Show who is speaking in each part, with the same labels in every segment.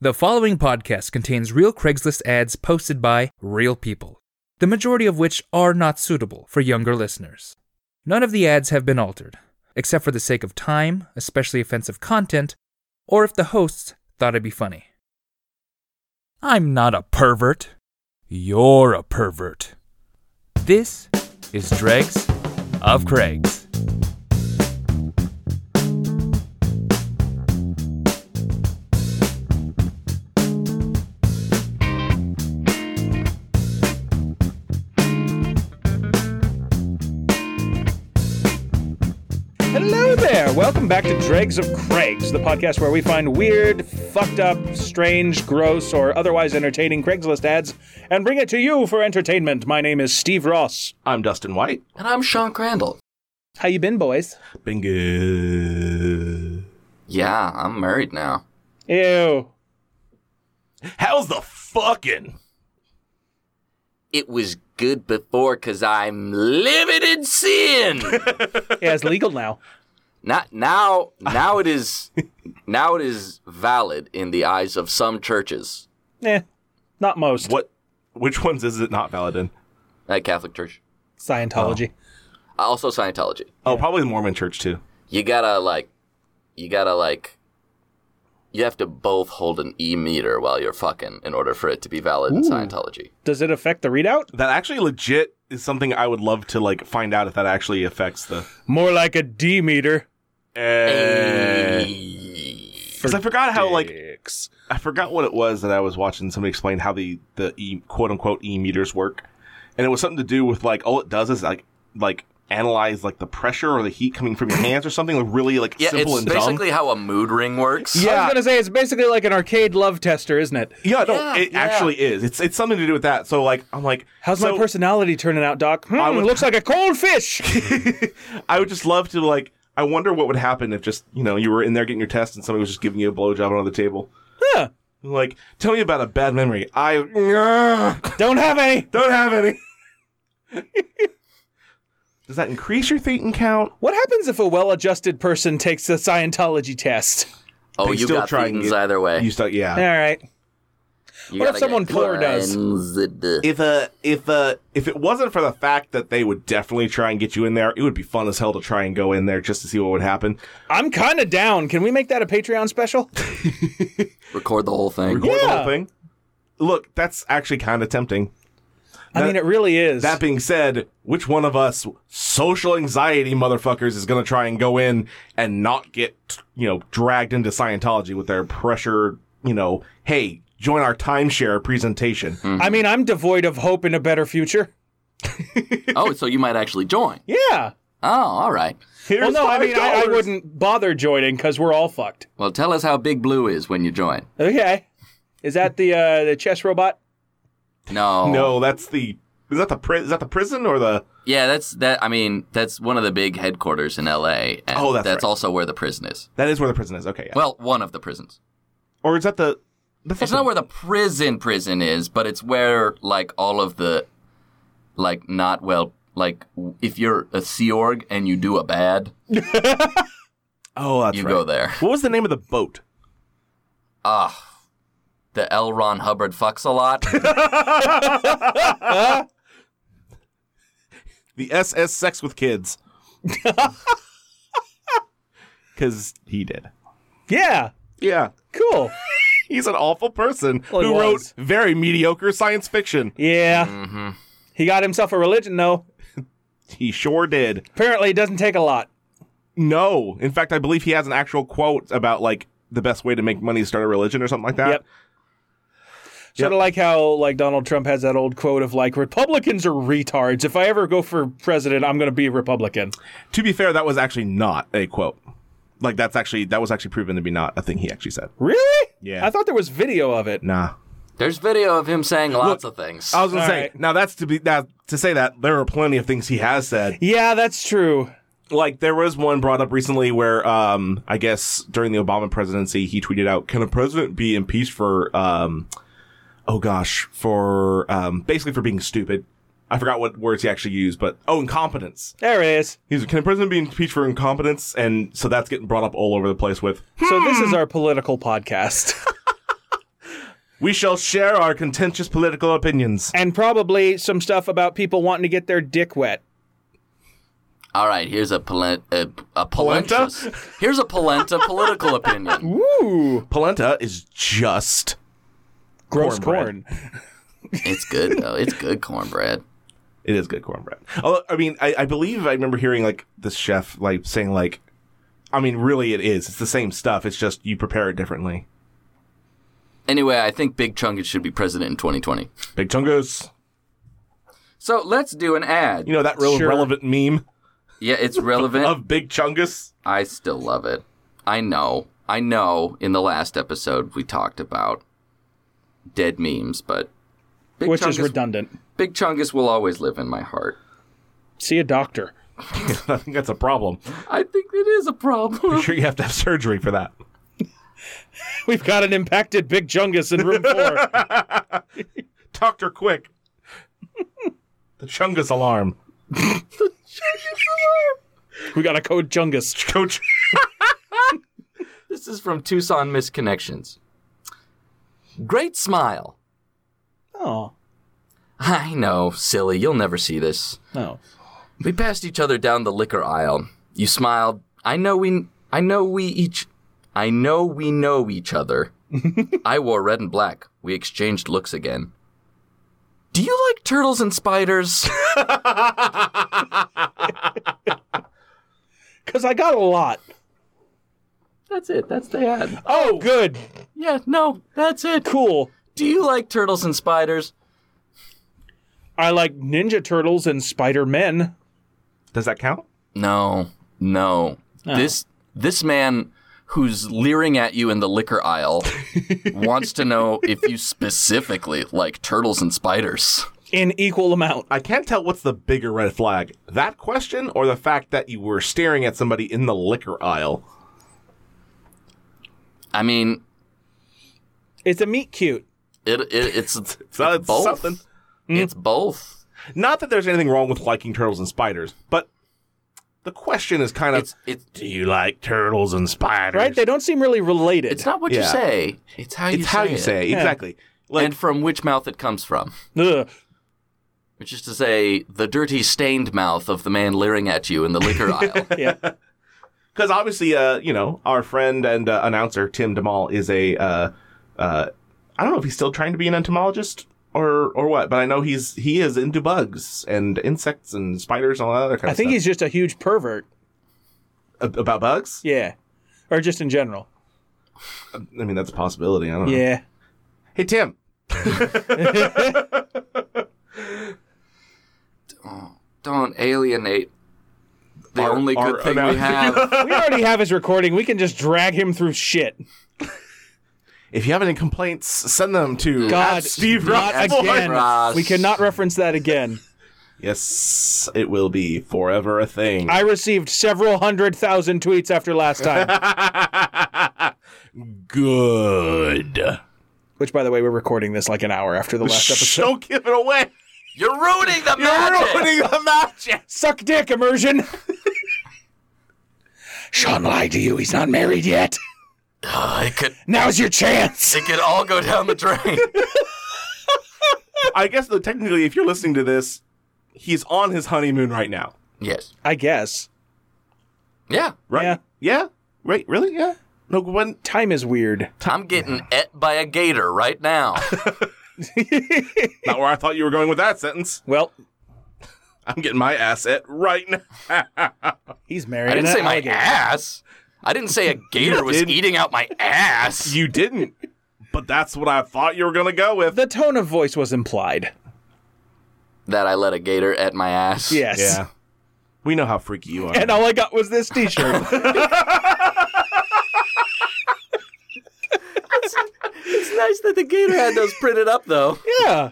Speaker 1: The following podcast contains real Craigslist ads posted by real people, the majority of which are not suitable for younger listeners. None of the ads have been altered, except for the sake of time, especially offensive content, or if the hosts thought it'd be funny. I'm not a pervert. You're a pervert. This is Dregs of Craigs.
Speaker 2: Hello there! Welcome back to Dregs of Craigs, the podcast where we find weird, fucked up, strange, gross, or otherwise entertaining Craigslist ads and bring it to you for entertainment. My name is Steve Ross.
Speaker 3: I'm Dustin White.
Speaker 4: And I'm Sean Crandall.
Speaker 2: How you been, boys?
Speaker 3: Bingo.
Speaker 4: Yeah, I'm married now.
Speaker 2: Ew.
Speaker 3: How's the fucking?
Speaker 4: It was good before because I'm living in sin.
Speaker 2: Yeah, it's legal now.
Speaker 4: Not now. Now it is. Now it is valid in the eyes of some churches,
Speaker 2: Eh, not most.
Speaker 3: What? Which ones is it not valid in?
Speaker 4: like uh, Catholic Church,
Speaker 2: Scientology.
Speaker 4: also Scientology.
Speaker 3: Oh, probably the Mormon Church too.
Speaker 4: You gotta like, you gotta like, you have to both hold an e meter while you're fucking in order for it to be valid in Scientology.
Speaker 2: Does it affect the readout?
Speaker 3: That actually legit is something I would love to like find out if that actually affects the.
Speaker 2: More like a D meter.
Speaker 3: Because eh. I forgot how like
Speaker 2: Dicks.
Speaker 3: I forgot what it was that I was watching somebody explain how the the e, quote unquote e meters work, and it was something to do with like all it does is like like analyze like the pressure or the heat coming from your hands or something like really like
Speaker 4: Yeah,
Speaker 3: simple
Speaker 4: it's
Speaker 3: and dumb.
Speaker 4: basically how a mood ring works.
Speaker 2: I
Speaker 3: Yeah.
Speaker 2: was gonna say it's basically like an arcade love tester, isn't it?
Speaker 3: Yeah, no,
Speaker 4: Yeah,
Speaker 3: it
Speaker 4: yeah.
Speaker 3: actually is. It's it's something to do with that. So like I'm like
Speaker 2: How's
Speaker 3: so
Speaker 2: my personality turning out, Doc? Hmm,
Speaker 3: I would-
Speaker 2: looks like a cold fish.
Speaker 3: I would just love to like I wonder what would happen if just, you know, you were in there getting your test and somebody was just giving you a blowjob on the table.
Speaker 2: Huh.
Speaker 3: Like, tell me about a bad memory. I don't
Speaker 2: Don't have any.
Speaker 3: have any. Does that increase your thetan count?
Speaker 2: What happens if a well-adjusted person takes the Scientology test?
Speaker 4: Oh,
Speaker 3: They
Speaker 4: you
Speaker 3: still
Speaker 4: got
Speaker 3: try and
Speaker 4: thetans
Speaker 3: get-
Speaker 4: either way.
Speaker 3: You start yeah.
Speaker 2: All right.
Speaker 4: You
Speaker 2: What if
Speaker 4: gotta
Speaker 2: someone
Speaker 4: get
Speaker 2: poor does?
Speaker 4: cleansed.
Speaker 3: If uh if uh if it wasn't for the fact that they would definitely try and get you in there, it would be fun as hell to try and go in there just to see what would happen.
Speaker 2: I'm kind of down. Can we make that a Patreon special?
Speaker 4: Record the whole thing.
Speaker 3: Record the
Speaker 2: Yeah.
Speaker 3: whole thing. Look, that's actually kind of tempting.
Speaker 2: I mean, it really is.
Speaker 3: That being said, which one of us social anxiety motherfuckers is going to try and go in and not get, you know, dragged into Scientology with their pressure, you know, hey, join our timeshare presentation.
Speaker 4: Hmm.
Speaker 2: I mean, I'm devoid of hope in a better future.
Speaker 4: oh, so you might actually join.
Speaker 2: Yeah.
Speaker 4: Oh, all right.
Speaker 3: Here's
Speaker 2: well, no, I
Speaker 3: five
Speaker 2: mean, I, I
Speaker 3: dollars.
Speaker 2: wouldn't bother joining because we're all fucked.
Speaker 4: Well, tell us how Big Blue is when you join.
Speaker 2: Okay. Is that the uh, the chess robot?
Speaker 4: No.
Speaker 3: No, that's the Is that the pri- is that the prison or the
Speaker 4: Yeah, that's that. I mean, that's one of the big headquarters in L.A. And
Speaker 3: Oh, that's right.
Speaker 4: also where the prison is.
Speaker 3: That is where the prison is. Okay. Yeah.
Speaker 4: Well, one of the prisons.
Speaker 3: or is that the that's
Speaker 4: It's not where the prison prison is, but it's where like all of the, like not well, like w- if you're a Sea Org and you do a bad,
Speaker 3: Oh, that's
Speaker 4: you
Speaker 3: right.
Speaker 4: go there.
Speaker 3: What was the name of the boat?
Speaker 4: Ah, the L. Ron Hubbard fucks a lot.
Speaker 3: The SS Sex with Kids. Cuz he did.
Speaker 2: Yeah.
Speaker 3: Yeah.
Speaker 2: Cool.
Speaker 3: He's an awful person
Speaker 2: Well, he
Speaker 3: who
Speaker 2: was.
Speaker 3: wrote very mediocre science fiction.
Speaker 2: Yeah.
Speaker 3: Mm-hmm.
Speaker 2: He got himself a religion, though.
Speaker 3: He sure did.
Speaker 2: Apparently, it doesn't take a lot.
Speaker 3: No, in fact, I believe he has an actual quote about like the best way to make money is start a religion or something like that.
Speaker 2: Yep. Sort of
Speaker 3: Yep.
Speaker 2: like how like Donald Trump has that old quote of like Republicans are retards. If I ever go for president, I'm going to be a Republican.
Speaker 3: To be fair, that was actually not a quote. Like that's actually that was actually proven to be not a thing he actually said.
Speaker 2: Really?
Speaker 3: Yeah.
Speaker 2: I thought there was video of it.
Speaker 3: Nah.
Speaker 4: There's video of him saying lots of things.
Speaker 3: I was gonna
Speaker 2: All
Speaker 3: say
Speaker 2: right.
Speaker 3: now that's to be that to say that there are plenty of things he has said.
Speaker 2: Yeah, that's true.
Speaker 3: Like there was one brought up recently where um I guess during the Obama presidency he tweeted out, Can a president be impeached for um oh gosh, for um basically for being stupid. I forgot what words he actually used, but oh incompetence.
Speaker 2: There it is.
Speaker 3: He's can a president be impeached for incompetence?
Speaker 2: Hmm.
Speaker 3: And so that's getting brought up all over the place with
Speaker 2: So this is our political podcast.
Speaker 3: We shall share our contentious political opinions.
Speaker 2: and probably some stuff about people wanting to get their dick wet.
Speaker 4: All right, here's a, polen- a, a polenta.
Speaker 3: Polenta?
Speaker 4: Here's a polenta political opinion.
Speaker 2: Ooh,
Speaker 3: Polenta is just
Speaker 2: gross
Speaker 3: Cornbread.
Speaker 2: corn.
Speaker 4: It's good though. It's good cornbread.
Speaker 3: It is good cornbread. Although, I mean, I, I believe I remember hearing like this chef like saying like, I mean, really, it is. It's the same stuff. It's just you prepare it differently.
Speaker 4: Anyway, I think Big Chungus should be president in 2020.
Speaker 3: Big chungos.
Speaker 4: So let's do an ad.
Speaker 3: You know that real
Speaker 2: Sure.
Speaker 3: relevant meme
Speaker 4: yeah, it's relevant.
Speaker 3: of Big Chungus.
Speaker 4: I still love it. I know. I know. In the last episode, we talked about dead memes, but Big
Speaker 2: Which is
Speaker 4: Chungus,
Speaker 2: redundant.
Speaker 4: Big Chungus will always live in my heart.
Speaker 2: See a doctor.
Speaker 3: I think that's a problem.
Speaker 4: I think it is a problem.
Speaker 3: I'm sure you have to have surgery for that.
Speaker 2: We've got an impacted Big Jungus in room four.
Speaker 3: Doctor, quick. the Chungus alarm.
Speaker 2: we got a code Jungus.
Speaker 3: Coach.
Speaker 4: This is from Tucson Misconnections. Great smile.
Speaker 2: Oh,
Speaker 4: I know, silly, you'll never see this.
Speaker 2: no.
Speaker 4: We passed each other down the liquor aisle. You smiled. I know we I know we each I know we know each other. I wore red and black. We exchanged looks again. Do you like turtles and spiders?
Speaker 2: Because I got a lot.
Speaker 4: that's it. That's the ad.
Speaker 2: Oh, good.
Speaker 4: Yeah, no, that's it.
Speaker 2: Cool.
Speaker 4: Do you like turtles and spiders?
Speaker 2: I like Ninja Turtles and Spider Men.
Speaker 3: Does that count?
Speaker 4: No, no. This this man who's leering at you in the liquor aisle wants to know if you specifically like turtles and spiders.
Speaker 2: in equal amount.
Speaker 3: I can't tell what's the bigger red flag: that question or the fact that you were staring at somebody in the liquor aisle.
Speaker 4: I mean,
Speaker 2: It's a meat cute.
Speaker 4: it, it it's, it's
Speaker 3: So it's
Speaker 4: both.
Speaker 3: something. Mm-hmm.
Speaker 4: It's both.
Speaker 3: Not that there's anything wrong with liking turtles and spiders, but the question is kind of
Speaker 4: It's it's
Speaker 3: Do you like turtles and spiders?
Speaker 2: Right? They don't seem really related.
Speaker 4: it's not what you
Speaker 3: Yeah.
Speaker 4: say. It's how you
Speaker 3: it's
Speaker 4: say
Speaker 3: how you
Speaker 4: it.
Speaker 3: say it.
Speaker 2: Yeah.
Speaker 3: exactly. Like
Speaker 4: and from which mouth it comes from.
Speaker 2: Ugh.
Speaker 4: Which is to say, the dirty, stained mouth of the man leering at you in the liquor aisle.
Speaker 2: Yeah.
Speaker 3: because obviously, uh, you know, our friend and uh, announcer Tim DeMall is a uh, uh, I don't know if he's still trying to be an entomologist or or what, but I know he's he is into bugs and insects and spiders and all that other
Speaker 2: I
Speaker 3: kind of
Speaker 2: think
Speaker 3: stuff.
Speaker 2: he's just a huge pervert.
Speaker 3: Ab- about bugs.
Speaker 2: Yeah. Or just in general.
Speaker 3: I mean, that's a possibility. I don't know.
Speaker 2: Yeah.
Speaker 3: Hey Tim,
Speaker 4: Oh, Don't alienate the
Speaker 3: Our-
Speaker 4: only good
Speaker 3: our
Speaker 4: thing we
Speaker 3: announcer-
Speaker 4: have.
Speaker 2: We already have his recording. We can just drag him through shit.
Speaker 3: if you have any complaints, send them to
Speaker 2: God,
Speaker 3: at Steve
Speaker 2: not
Speaker 3: Ross.
Speaker 2: again.
Speaker 4: Ross.
Speaker 2: We cannot reference that again.
Speaker 3: Yes, it will be forever a thing.
Speaker 2: I received several hundred thousand tweets after last time,
Speaker 3: Good.
Speaker 2: which, by the way, we're recording this like an hour after the last episode.
Speaker 3: Don't give it away.
Speaker 4: You're ruining the magic.
Speaker 3: You're ruining the magic.
Speaker 2: Suck dick immersion. Sean lied to you. He's not married yet.
Speaker 4: Uh, it could
Speaker 2: Now's your chance.
Speaker 4: it could all go down the drain.
Speaker 3: I guess though, technically, if you're listening to this, he's on his honeymoon right now.
Speaker 4: yes.
Speaker 2: I guess.
Speaker 4: Yeah.
Speaker 3: Right?
Speaker 2: Yeah.
Speaker 3: Yeah. Right? Really? Yeah. No, when
Speaker 2: Time is weird.
Speaker 4: I'm getting et by a gator right now.
Speaker 3: not where I thought you were going with that sentence.
Speaker 2: Well,
Speaker 3: I'm getting my ass at right now.
Speaker 2: he's
Speaker 4: I
Speaker 2: married.
Speaker 4: didn't
Speaker 2: and
Speaker 4: say
Speaker 2: an
Speaker 4: my
Speaker 2: alligator.
Speaker 4: ass. I didn't say a gator was
Speaker 3: did.
Speaker 4: eating out my ass.
Speaker 3: You didn't, but that's what I thought you were gonna go with.
Speaker 2: The tone of voice was implied.
Speaker 4: that I let a gator at my ass.
Speaker 2: Yes.
Speaker 3: Yeah. We know how freaky you are.
Speaker 2: And all I got was this T-shirt.
Speaker 4: It's nice that the gator had those printed up though.
Speaker 2: yeah.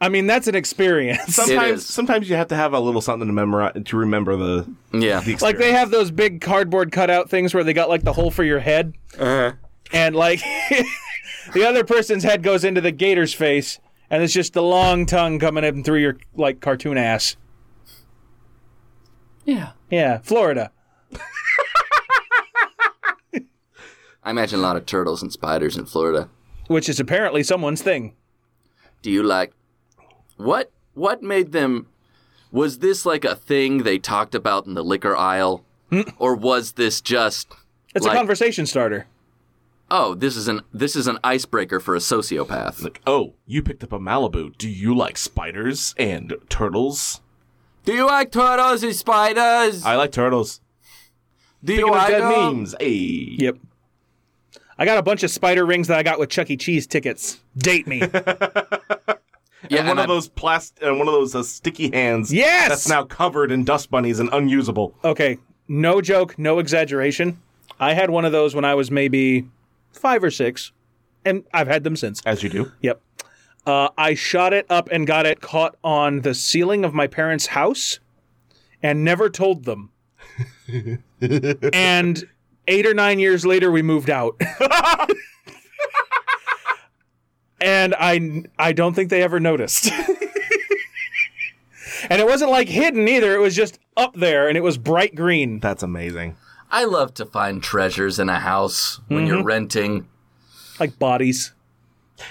Speaker 2: I mean, that's an experience.
Speaker 4: It
Speaker 3: sometimes,
Speaker 4: is.
Speaker 3: sometimes you have to have a little something to memorize to remember the.
Speaker 4: Yeah.
Speaker 2: Like they have those big cardboard cutout things where they got like the hole for your head, and like the other person's head goes into the gator's face, and it's just the long tongue coming in through your like cartoon ass.
Speaker 4: Yeah.
Speaker 2: Yeah, Florida.
Speaker 4: I imagine a lot of turtles and spiders in Florida.
Speaker 2: which is apparently someone's thing.
Speaker 4: Do you like what what made them was this like a thing they talked about in the liquor aisle or was this just
Speaker 2: It's
Speaker 4: like,
Speaker 2: a conversation starter.
Speaker 4: oh this is an this is an icebreaker for a sociopath
Speaker 3: Like, oh, you picked up a Malibu. Do you like spiders and turtles?
Speaker 4: do you like turtles and spiders
Speaker 3: I like turtles.
Speaker 4: do you
Speaker 3: Speaking of
Speaker 4: like
Speaker 3: dead
Speaker 4: them?
Speaker 3: memes, hey.
Speaker 2: Yep. I got a bunch of spider rings that I got with Chuck E. Cheese tickets. Date me.
Speaker 4: yeah
Speaker 3: and one
Speaker 4: and
Speaker 3: of
Speaker 4: I-
Speaker 3: those plastic, and one of those uh, sticky hands.
Speaker 2: Yes!
Speaker 3: that's now covered in dust bunnies and unusable.
Speaker 2: okay, no joke, no exaggeration. I had one of those when I was maybe five or six, and I've had them since.
Speaker 3: As you do.
Speaker 2: Yep. Uh, I shot it up and got it caught on the ceiling of my parents' house and never told them. and eight or nine years later, we moved out. and I, I don't think they ever noticed. and it wasn't like hidden either, it was just up there and it was bright green.
Speaker 3: That's amazing.
Speaker 4: I love to find treasures in a house when
Speaker 2: Mm-hmm.
Speaker 4: you're renting
Speaker 2: Like bodies.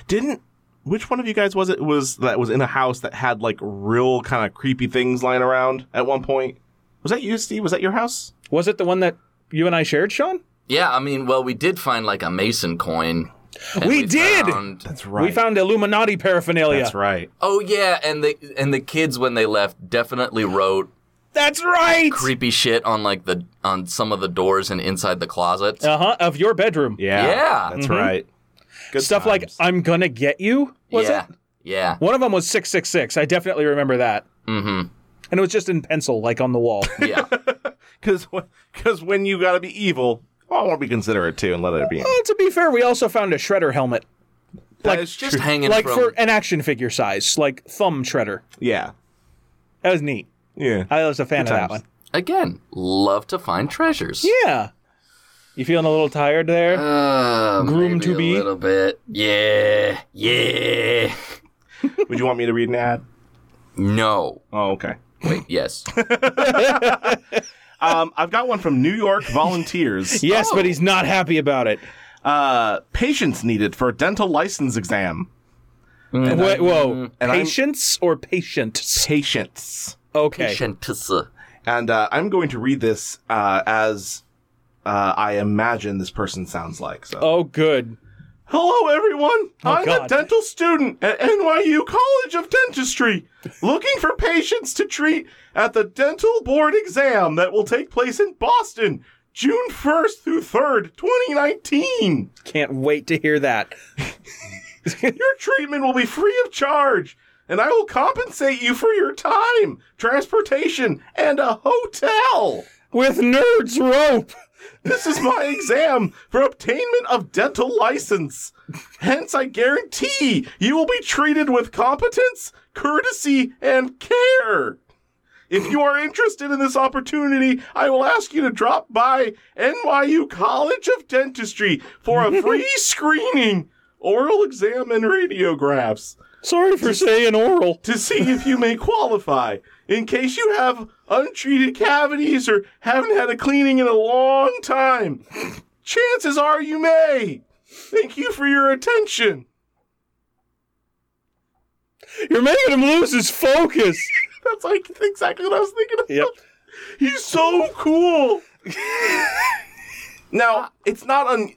Speaker 3: Didn't which one of you guys was it was that was in a house that had like real kind of creepy things lying around at one point? Was that you, Steve? Was that your house?
Speaker 2: Was it the one that you and I shared, Sean?
Speaker 4: yeah I mean well we did find like a mason coin and
Speaker 2: We did!
Speaker 4: found-
Speaker 3: That's right.
Speaker 2: We found Illuminati paraphernalia.
Speaker 3: That's right.
Speaker 4: Oh yeah, and the and the kids when they left definitely wrote
Speaker 2: That's right.
Speaker 4: creepy shit on like the on some of the doors and inside the closets.
Speaker 2: Uh huh. Of your bedroom.
Speaker 3: Yeah. Mm-hmm.
Speaker 4: Yeah.
Speaker 3: That's right. Good
Speaker 2: Stuff like
Speaker 3: times.
Speaker 2: "I'm gonna get you" was
Speaker 4: yeah.
Speaker 2: it?
Speaker 4: Yeah.
Speaker 2: One of them was six six six. I definitely remember that.
Speaker 3: Mm-hmm.
Speaker 4: Mhm.
Speaker 2: And it was just in pencil, like on the wall.
Speaker 4: Yeah.
Speaker 3: Because because when you gotta be evil, oh, I want to be considerate too and let it be. In.
Speaker 2: well, to be fair, we also found a shredder helmet,
Speaker 3: That is
Speaker 4: Just
Speaker 3: true.
Speaker 4: hanging
Speaker 2: like
Speaker 4: from
Speaker 2: for an action figure size, like thumb shredder.
Speaker 3: yeah,
Speaker 2: That was neat.
Speaker 3: yeah.
Speaker 2: I was a fan of that
Speaker 3: times.
Speaker 2: one.
Speaker 4: again, love to find treasures.
Speaker 2: Yeah. You feeling a little tired there?
Speaker 4: Uh,
Speaker 2: Groom
Speaker 4: maybe
Speaker 2: to be.
Speaker 4: a little bit. Yeah. Yeah.
Speaker 3: Would you want me to read an ad?
Speaker 4: No.
Speaker 3: Oh, okay.
Speaker 4: Wait, yes.
Speaker 3: Um, I've got one from New York volunteers.
Speaker 2: yes, but he's not happy about it.
Speaker 3: uh, patients needed for dental license exam.
Speaker 2: Wait, whoa.
Speaker 3: Mm-hmm. and I'm-
Speaker 2: Patience or patients?
Speaker 3: Patients.
Speaker 2: Okay.
Speaker 4: Shantissa.
Speaker 3: And uh, I'm going to read this uh, as uh, I imagine this person sounds like. So.
Speaker 2: Oh, good.
Speaker 3: Hello, everyone. I'm
Speaker 2: God.
Speaker 3: a dental student at NYU College of Dentistry, looking for patients to treat at the dental board exam that will take place in Boston, June 1st through 3rd, 2019.
Speaker 2: Can't wait to hear that.
Speaker 3: Your treatment will be free of charge, and I will compensate you for your time, transportation, and a hotel.
Speaker 2: With nerds rope.
Speaker 3: This is my exam for obtainment of dental license. Hence, I guarantee you will be treated with competence, courtesy, and care. If you are interested in this opportunity, I will ask you to drop by NYU College of Dentistry for a free screening, oral exam, and radiographs
Speaker 2: Sorry for saying oral.
Speaker 3: to see if you may qualify. In case you have untreated cavities or haven't had a cleaning in a long time, chances are you may. Thank you for your attention.
Speaker 2: You're making him lose his focus.
Speaker 3: That's like exactly what I was thinking of.
Speaker 2: Yep.
Speaker 3: He's so cool. now, it's not un.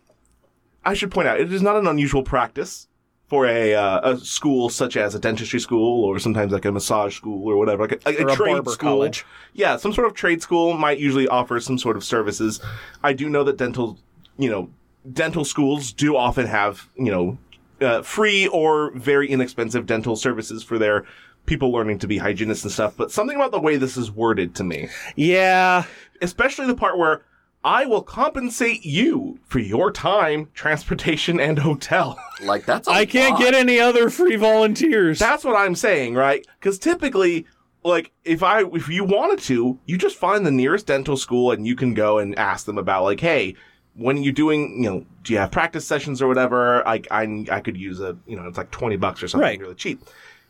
Speaker 3: I should point out, it is not an unusual practice for a, uh, a school such as a dentistry school or sometimes like a massage school or whatever, like a, a,
Speaker 2: Or a
Speaker 3: trade
Speaker 2: barber
Speaker 3: school.
Speaker 2: college.
Speaker 3: Yeah, some sort of trade school might usually offer some sort of services. I do know that dental, you know, dental schools do often have, you know, uh, free or very inexpensive dental services for their people learning to be hygienists and stuff. But something about the way this is worded to me
Speaker 2: Yeah.
Speaker 3: especially the part where I will compensate you for your time, transportation, and hotel.
Speaker 4: Like that's I
Speaker 2: I can't get any other free volunteers.
Speaker 3: That's what I'm saying, right? Because typically, like if I if you wanted to, you just find the nearest dental school and you can go and ask them about like, hey, when you doing, you know, do you have practice sessions or whatever? I I, I could use a, you know, it's like twenty bucks or something
Speaker 2: Right.
Speaker 3: really cheap.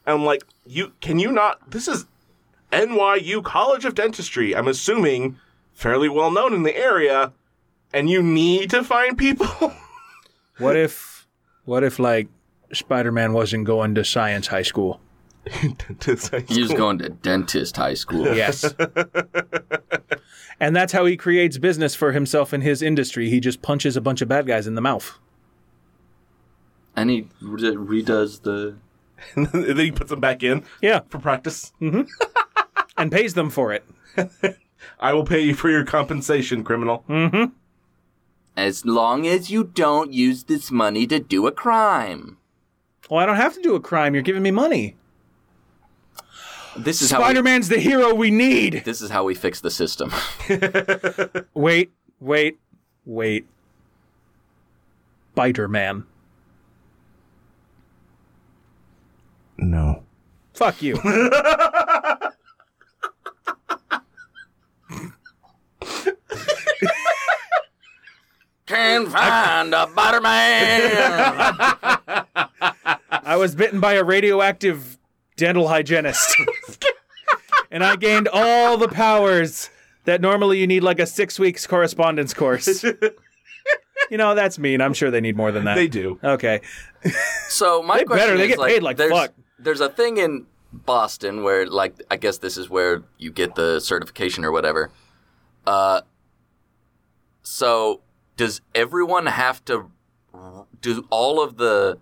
Speaker 3: And I'm like, you can you not? This is NYU College of Dentistry. I'm assuming fairly well known in the area, and you need to find people.
Speaker 2: what if What if like Spider-Man wasn't going to science high school?
Speaker 4: He was going to dentist high school.
Speaker 2: Yes. and that's how he creates business for himself in his industry. He just punches a bunch of bad guys in the mouth.
Speaker 4: And he re- redoes the.
Speaker 3: and then he puts them back in
Speaker 2: Yeah,
Speaker 3: for practice.
Speaker 2: and pays them for it.
Speaker 3: I will pay you for your compensation, criminal.
Speaker 4: As long as you don't use this money to do a crime.
Speaker 2: Well, I don't have to do a crime. You're giving me money.
Speaker 4: This is how. We,
Speaker 2: Spider-Man's the hero we need.
Speaker 4: this is how we fix the system.
Speaker 2: Wait, wait, wait. Biter Man.
Speaker 3: No.
Speaker 2: Fuck you.
Speaker 4: Can find a butter man.
Speaker 2: I was bitten by a radioactive dental hygienist. and I gained all the powers that normally you need like a six weeks correspondence course. you know, that's mean. I'm sure they need more than that.
Speaker 3: They do.
Speaker 2: Okay.
Speaker 4: So my
Speaker 2: They
Speaker 4: question
Speaker 2: better. They
Speaker 4: is
Speaker 2: get
Speaker 4: like,
Speaker 2: paid like
Speaker 4: there's,
Speaker 2: fuck.
Speaker 4: There's a thing in Boston where like I guess this is where you get the certification or whatever. Uh, so does everyone have to? Do all of the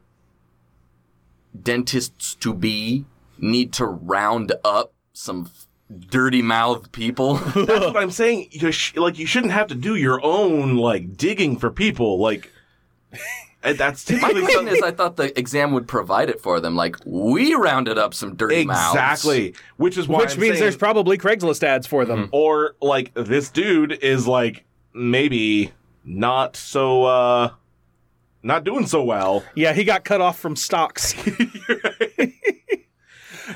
Speaker 4: dentists to be need to round up some dirty mouthed people?
Speaker 3: That's what I'm saying. You sh- like you shouldn't have to do your own like digging for people. Like and that's
Speaker 4: My
Speaker 3: typically
Speaker 4: question
Speaker 3: something-
Speaker 4: is, I thought the exam would provide it for them. Like we rounded up some dirty mouths.
Speaker 3: exactly, which is why
Speaker 2: Which means
Speaker 3: I'm saying- Mm-hmm.
Speaker 2: there's probably Craigslist ads for them.
Speaker 3: or like this dude is like maybe not so uh not doing so well.
Speaker 2: Yeah, he got cut off from stocks.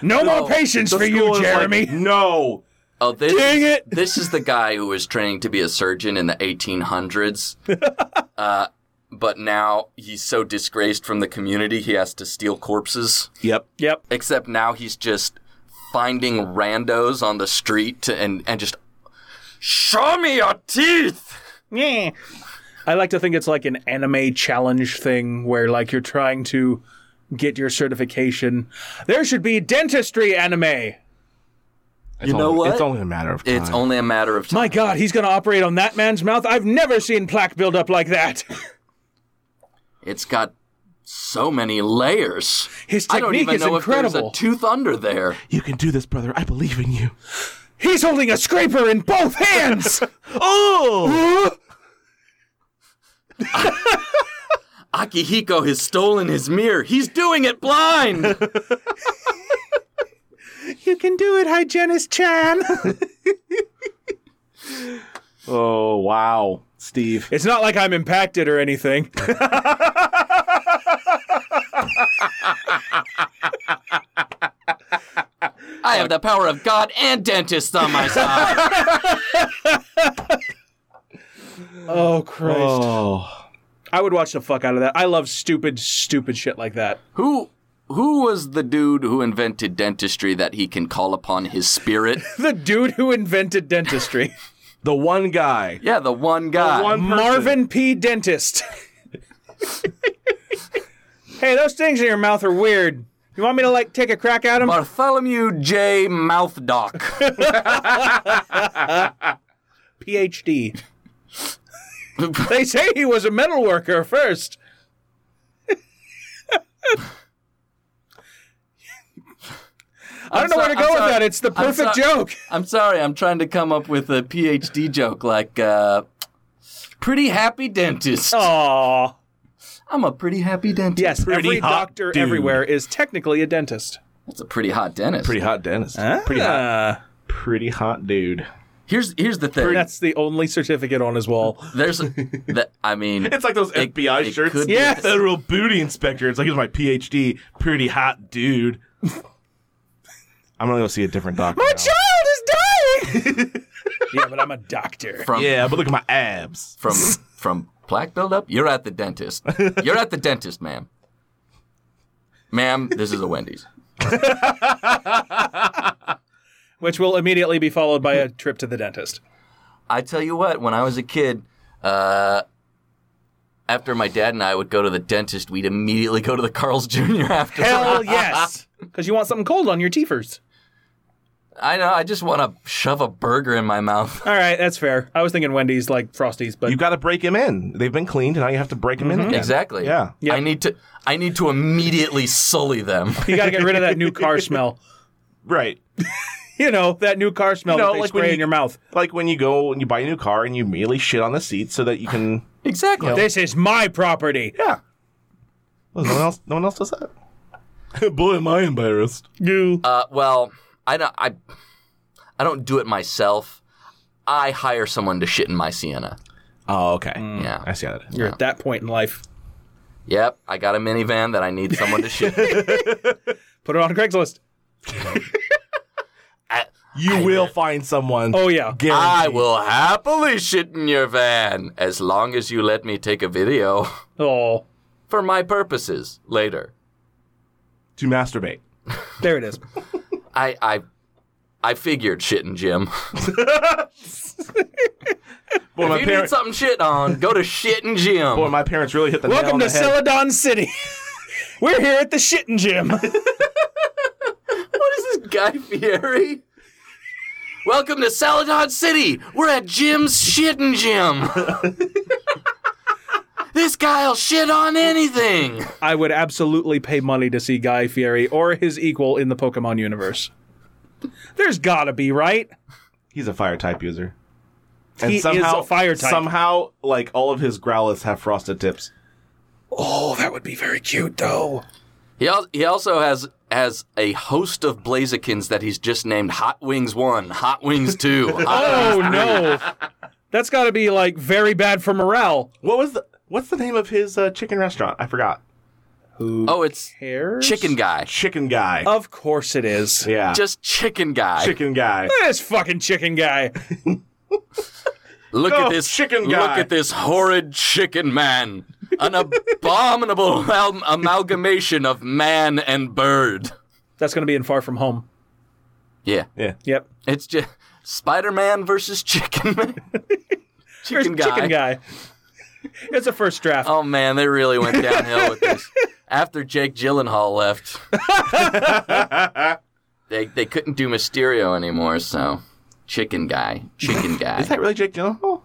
Speaker 2: no,
Speaker 4: No,
Speaker 2: more patience
Speaker 3: The
Speaker 2: for
Speaker 3: school
Speaker 2: you,
Speaker 3: is like,
Speaker 2: Jeremy.
Speaker 3: no.
Speaker 4: Oh, this,
Speaker 2: Dang it!
Speaker 4: this is the guy who was training to be a surgeon in the 1800s. uh, but now he's so disgraced from the community, he has to steal corpses.
Speaker 3: Yep.
Speaker 2: yep.
Speaker 4: Except now he's just finding randos on the street to, and, and just, show me your teeth!
Speaker 2: Yeah. I like to think it's like an anime challenge thing where like you're trying to get your certification. There should be dentistry anime.
Speaker 3: It's
Speaker 4: know
Speaker 3: only-
Speaker 4: what?
Speaker 3: It's only a matter of time.
Speaker 4: It's only a matter of time.
Speaker 2: My god, he's going to operate on that man's mouth. I've never seen plaque build up like that.
Speaker 4: It's got so many layers.
Speaker 2: His
Speaker 4: I don't
Speaker 2: technique
Speaker 4: even
Speaker 2: is
Speaker 4: know if there's
Speaker 2: incredible.
Speaker 4: a tooth under there.
Speaker 3: you can do this, brother. I believe in you.
Speaker 2: He's holding a scraper in both hands.
Speaker 3: Oh,
Speaker 4: Akihiko has stolen his mirror. He's doing it blind!
Speaker 2: you can do it, hygienist Chan.
Speaker 3: oh wow, Steve.
Speaker 2: it's not like I'm impacted or anything.
Speaker 4: I have the power of God and dentists on my side.
Speaker 2: Oh Christ.
Speaker 3: Oh,
Speaker 2: I would watch the fuck out of that. I love stupid stupid shit like that.
Speaker 4: who who was the dude who invented dentistry that he can call upon his spirit?
Speaker 2: The dude who invented dentistry.
Speaker 3: the one guy.
Speaker 4: Yeah, the one guy.
Speaker 3: one- person.
Speaker 2: Marvin P. Dentist. hey, those things in your mouth are weird. You want me to like take a crack at them?
Speaker 4: Bartholomew J. Mouth Doc.
Speaker 2: PhD. They say he was a metal worker first. I don't know where to go with that. It's the perfect joke.
Speaker 4: I'm sorry, I'm trying to come up with a PhD joke like uh pretty happy dentist.
Speaker 2: Aw.
Speaker 4: I'm a pretty happy dentist.
Speaker 2: Yes,
Speaker 3: Pretty
Speaker 2: every
Speaker 3: hot
Speaker 2: doctor
Speaker 3: dude.
Speaker 2: everywhere is technically a dentist.
Speaker 4: That's a pretty hot dentist.
Speaker 3: Pretty hot dentist. Pretty hot.
Speaker 2: Ah,
Speaker 3: Pretty hot dude.
Speaker 4: Here's here's the thing.
Speaker 2: that's the only certificate on his wall.
Speaker 4: There's that I mean
Speaker 3: It's like those
Speaker 4: It-
Speaker 3: FBI
Speaker 4: it
Speaker 3: shirts.
Speaker 4: could be-
Speaker 2: Yeah.
Speaker 3: Federal booty inspector. It's like he's my PhD. Pretty hot dude. I'm gonna go see a different doctor. now.
Speaker 2: child is dying. yeah, but I'm a doctor.
Speaker 4: from
Speaker 3: Yeah, but look at my abs.
Speaker 4: from from plaque buildup, you're at the dentist. You're at the dentist, ma'am. Ma'am, this is a Wendy's.
Speaker 2: which will immediately be followed by a trip to the dentist.
Speaker 4: I tell you what, when I was a kid, uh, after my dad and I would go to the dentist, we'd immediately go to the Carl's Jr. after.
Speaker 2: Hell yes, because you want something cold on your teethers.
Speaker 4: I know. I just want to shove a burger in my mouth.
Speaker 2: All right, that's fair. I was thinking Wendy's, like Frosties, but
Speaker 3: You got to break him in. They've been cleaned, and now you have to break him in again.
Speaker 4: Exactly.
Speaker 3: Yeah.
Speaker 2: Yep.
Speaker 4: I need to. I need to immediately sully them.
Speaker 2: you got to get rid of that new car smell.
Speaker 3: Right.
Speaker 2: You know that new car smell
Speaker 3: You know,
Speaker 2: that they
Speaker 3: like when
Speaker 2: spray in
Speaker 3: you-
Speaker 2: your mouth.
Speaker 3: Like when you go and you buy a new car and you merely shit on the seat so that you can.
Speaker 4: Exactly.
Speaker 2: This is my property.
Speaker 3: Yeah. Well, no one else. No one else does that. Boy, am I embarrassed.
Speaker 2: You.
Speaker 4: Uh, well, I don't. I, I don't do it myself. I hire someone to shit in my Sienna.
Speaker 3: Oh, okay.
Speaker 4: Yeah.
Speaker 3: I see how that is.
Speaker 2: You're at that point in life.
Speaker 4: Yep. I got a minivan that I need someone to shit. in.
Speaker 2: Put it on Craigslist.
Speaker 4: I,
Speaker 3: You will find someone.
Speaker 2: Oh yeah.
Speaker 4: I will happily shit in your van as long as you let me take a video
Speaker 2: Oh,
Speaker 4: for my purposes later.
Speaker 3: to masturbate.
Speaker 2: there it is.
Speaker 4: I I I figured shitting Jim.
Speaker 3: Boy,
Speaker 4: if
Speaker 3: my
Speaker 4: you need
Speaker 3: parents.
Speaker 4: something shit on, go to shitting Jim.
Speaker 3: Boy, my parents really hit the nail on
Speaker 2: Welcome to
Speaker 3: the head.
Speaker 2: Celadon City. We're here at the shitting gym.
Speaker 4: What is this, Guy Fieri? Welcome to Saladon City. We're at Jim's shitting Jim. this guy'll shit on anything.
Speaker 2: I would absolutely pay money to see Guy Fieri or his equal in the Pokemon universe. There's gotta be, right?
Speaker 3: He's a fire type user. And
Speaker 2: He is a fire type.
Speaker 3: Somehow, like all of his Growlithe have frosted tips.
Speaker 2: Oh, that would be very cute, though.
Speaker 4: He al- he also has has a host of Blazikins that he's just named Hot Wings One, Hot Wings Two. Hot-
Speaker 2: Oh no, that's gotta be like very bad for morale.
Speaker 3: What was the What's the name of his uh, chicken restaurant? I forgot.
Speaker 4: oh, it's
Speaker 2: Cares?
Speaker 4: Chicken Guy.
Speaker 3: Chicken guy.
Speaker 2: Of course it is.
Speaker 3: yeah.
Speaker 4: Just Chicken Guy.
Speaker 3: chicken guy.
Speaker 2: This fucking chicken guy.
Speaker 4: Look
Speaker 3: Oh,
Speaker 4: at this
Speaker 3: chicken
Speaker 4: Look
Speaker 3: guy.
Speaker 4: at this horrid chicken man. An abominable am- amalgamation of man and bird.
Speaker 2: That's gonna be in Far From Home.
Speaker 4: Yeah,
Speaker 3: Yeah.
Speaker 2: Yep.
Speaker 4: it's just Spider-Man versus Chicken Man.
Speaker 2: There's
Speaker 4: chicken guy.
Speaker 2: Chicken guy. It's a first draft.
Speaker 4: Oh man, they really went downhill with this. After Jake Gyllenhaal left, they they couldn't do Mysterio anymore. So, Chicken Guy, Chicken Guy.
Speaker 3: Is that really Jake Gyllenhaal?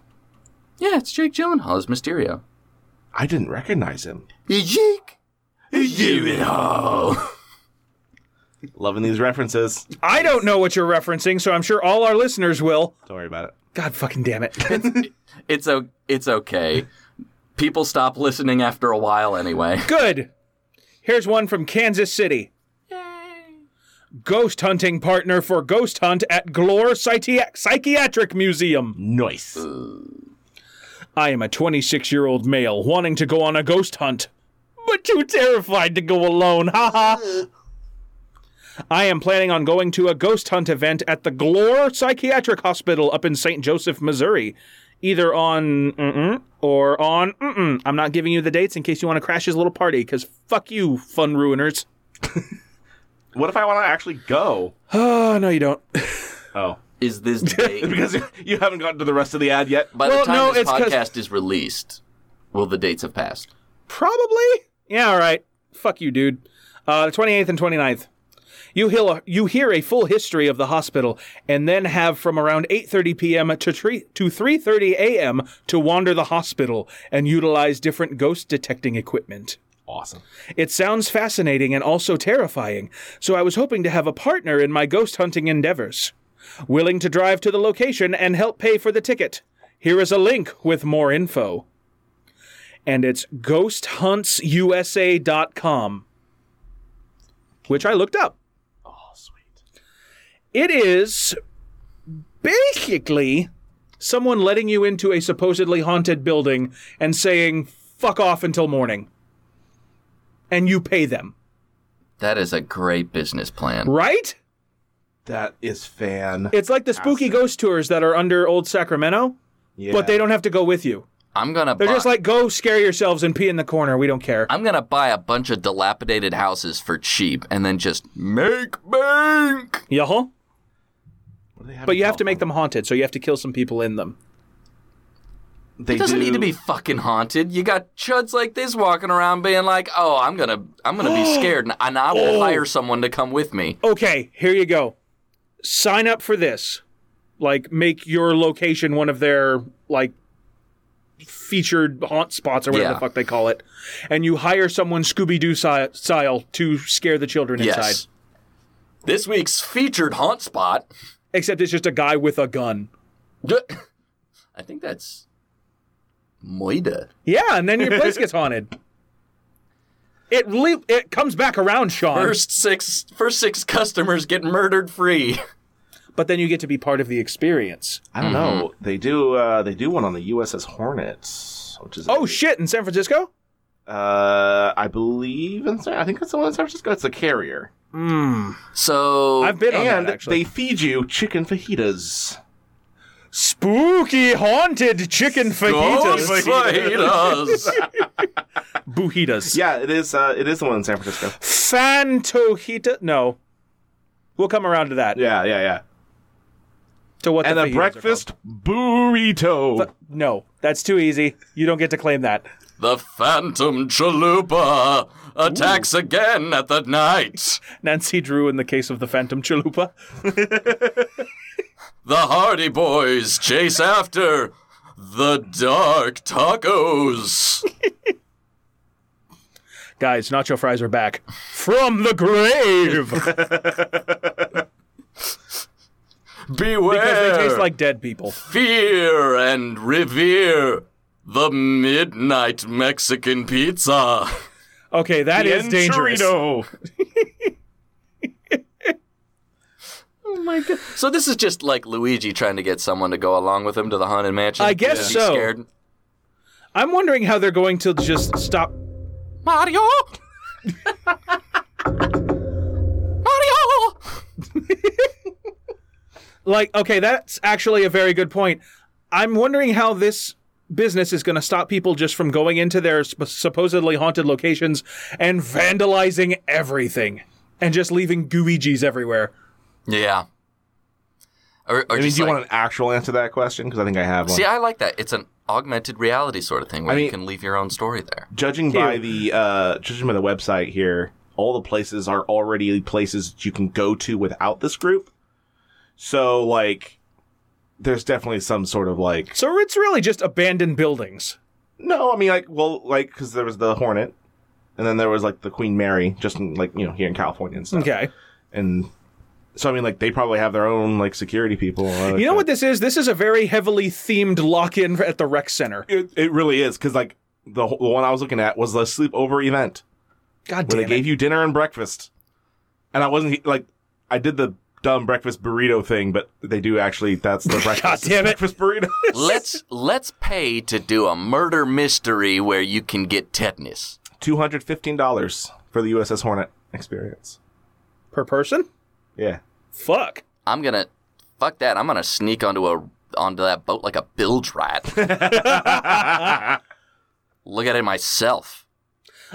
Speaker 4: yeah, it's Jake Gyllenhaal as Mysterio.
Speaker 3: I didn't recognize him.
Speaker 4: Jake Gyllenhaal.
Speaker 3: Loving these references.
Speaker 2: I don't know what you're referencing, so I'm sure all our listeners will.
Speaker 3: Don't worry about it.
Speaker 2: God fucking damn it.
Speaker 4: It's o- it's okay. People stop listening after a while anyway.
Speaker 2: Good. Here's one from Kansas City. Ghost hunting partner for Ghost Hunt at Glore Psychi- Psychiatric Museum.
Speaker 3: Nice.
Speaker 2: I am a 26 year old male wanting to go on a ghost hunt, but too terrified to go alone. Ha ha. I am planning on going to a ghost hunt event at the Glore Psychiatric Hospital up in St. Joseph, Missouri, either on mm-mm or on mm-mm. I'm not giving you the dates in case you want to crash his little party, because fuck you, fun ruiners.
Speaker 3: What if I want to actually go?
Speaker 2: Oh, no, you don't.
Speaker 3: Oh.
Speaker 4: Is this date?
Speaker 3: Because you haven't gotten to the rest of the ad yet.
Speaker 4: By
Speaker 2: Well,
Speaker 4: the time
Speaker 2: no,
Speaker 4: this
Speaker 2: it's 'cause-
Speaker 4: podcast is released, will the dates have passed?
Speaker 2: Probably. Yeah, all right. Fuck you, dude. Uh, the 28th and 29th. You hear, you hear a full history of the hospital and then have from around 8.30 p.m. to, tre- to 3.30 a.m. to wander the hospital and utilize different ghost detecting equipment.
Speaker 3: Awesome.
Speaker 2: It sounds fascinating and also terrifying, so I was hoping to have a partner in my ghost hunting endeavors. Willing to drive to the location and help pay for the ticket. Here is a link with more info. And it's ghosthuntsusa.com, which I looked up.
Speaker 3: Oh, sweet.
Speaker 2: It is basically someone letting you into a supposedly haunted building and saying, fuck off until morning. And you pay them.
Speaker 4: That is a great business plan.
Speaker 2: Right?
Speaker 3: That is fan.
Speaker 2: It's like the spooky ghost tours that are under Old Sacramento,
Speaker 3: Yeah.
Speaker 2: but they don't have to go with you.
Speaker 4: I'm gonna
Speaker 2: They're
Speaker 4: buy,
Speaker 2: just like, go scare yourselves and pee in the corner. We don't care.
Speaker 4: I'm gonna buy a bunch of dilapidated houses for cheap and then just make bank.
Speaker 2: Yuh-huh.
Speaker 3: What do they
Speaker 2: But you have to make them haunted, so you have to kill some people in them.
Speaker 3: They
Speaker 4: It doesn't
Speaker 3: do-
Speaker 4: need to be fucking haunted. You got chuds like this walking around being like, "Oh, I'm gonna, I'm gonna be scared, and, and I
Speaker 2: Oh.
Speaker 4: will hire someone to come with me."
Speaker 2: Okay, here you go. Sign up for this. Like, make your location one of their like featured haunt spots or whatever
Speaker 4: Yeah.
Speaker 2: the fuck they call it, and you hire someone Scooby Doo style to scare the children
Speaker 4: Yes.
Speaker 2: inside.
Speaker 4: This week's featured haunt spot.
Speaker 2: Except it's just a guy with a gun.
Speaker 4: I think that's Moida.
Speaker 2: Yeah, and then your place gets haunted. It le- it comes back around, Sean.
Speaker 4: First six, first six customers get murdered free.
Speaker 2: but then you get to be part of the experience.
Speaker 3: I don't know.
Speaker 2: Mm-hmm.
Speaker 3: They do. Uh, they do one on the USS Hornets, which is
Speaker 2: Oh shit! In San Francisco?
Speaker 3: Uh, I believe in San. I think that's the one in San Francisco. It's the carrier,
Speaker 4: So
Speaker 2: I've been on
Speaker 3: and
Speaker 2: that actually.
Speaker 3: they feed you chicken fajitas.
Speaker 2: Spooky haunted chicken
Speaker 4: Ghost
Speaker 2: fajitas.
Speaker 4: Fajitas.
Speaker 2: Bujitas.
Speaker 3: Yeah, it is. Uh, it is the one in San Francisco.
Speaker 2: Fantojita. No. We'll come around to that.
Speaker 3: Yeah, yeah, yeah.
Speaker 2: To what
Speaker 3: And
Speaker 2: the
Speaker 3: a
Speaker 2: fajitas are
Speaker 3: breakfast burrito.
Speaker 2: called. No, that's too easy. You don't get to claim that.
Speaker 4: the Phantom Chalupa attacks again at the night.
Speaker 2: Nancy Drew in the case of the Phantom Chalupa.
Speaker 4: The Hardy Boys chase after the Dark Tacos.
Speaker 2: Guys, nacho fries are back. From the grave!
Speaker 4: Beware.
Speaker 2: because they taste like dead people.
Speaker 4: fear and revere the midnight Mexican pizza.
Speaker 2: Okay, that is dangerous.
Speaker 3: Chorito.
Speaker 4: So this is just like Luigi trying to get someone to go along with him to the haunted mansion.
Speaker 2: I guess
Speaker 4: Be
Speaker 2: so.
Speaker 4: Scared.
Speaker 2: I'm wondering how they're going to just stop.
Speaker 4: Mario. Mario.
Speaker 2: Like, okay, that's actually a very good point. I'm wondering how this business is going to stop people just from going into their sp- supposedly haunted locations and vandalizing everything and just leaving Gooigies everywhere.
Speaker 4: Yeah. Or, or
Speaker 3: I mean,
Speaker 4: just
Speaker 3: do you
Speaker 4: like-
Speaker 3: want an actual answer to that question? Because I think I have one.
Speaker 4: See, I like that. It's an augmented reality sort of thing where
Speaker 3: I
Speaker 4: you
Speaker 3: mean-
Speaker 4: can leave your own story there.
Speaker 3: judging by the uh, judging by the website here, all the places are already places that you can go to without this group. So like, there's definitely some sort of like
Speaker 2: So it's really just abandoned buildings.
Speaker 3: no, I mean like well like because there was the Hornet, and then there was like the Queen Mary, just in, like you know here in California and stuff.
Speaker 2: Okay.
Speaker 3: and so I mean like they probably have their own like security people.
Speaker 2: You know what this is? This is a very heavily themed lock in at the rec center.
Speaker 3: It, it really is because like the, wh- the one I was looking at was the sleepover event.
Speaker 2: God damn
Speaker 3: where they
Speaker 2: it.
Speaker 3: gave you dinner and breakfast. And I wasn't like I did the dumb breakfast burrito thing, but they do actually that's the breakfast.
Speaker 2: damn it.
Speaker 3: Breakfast burrito.
Speaker 4: let's let's pay to do a murder mystery where you can get tetanus.
Speaker 3: Two hundred fifteen dollars for the USS Hornet experience.
Speaker 2: per person?
Speaker 3: Yeah.
Speaker 2: Fuck.
Speaker 4: I'm gonna fuck that. I'm gonna sneak onto a onto that boat like a bilge rat. Look at it myself.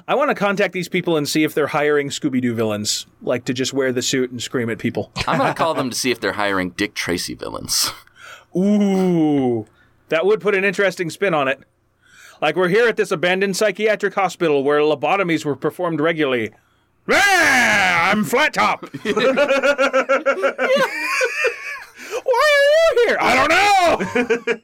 Speaker 2: I want to contact these people and see if they're hiring Scooby Doo villains, like to just wear the suit and scream at people.
Speaker 4: I'm gonna call them to see if they're hiring Dick Tracy villains.
Speaker 2: Ooh, that would put an interesting spin on it. Like we're here at this abandoned psychiatric hospital where lobotomies were performed regularly. Ah, I'm flat top. Why are you here? I don't know.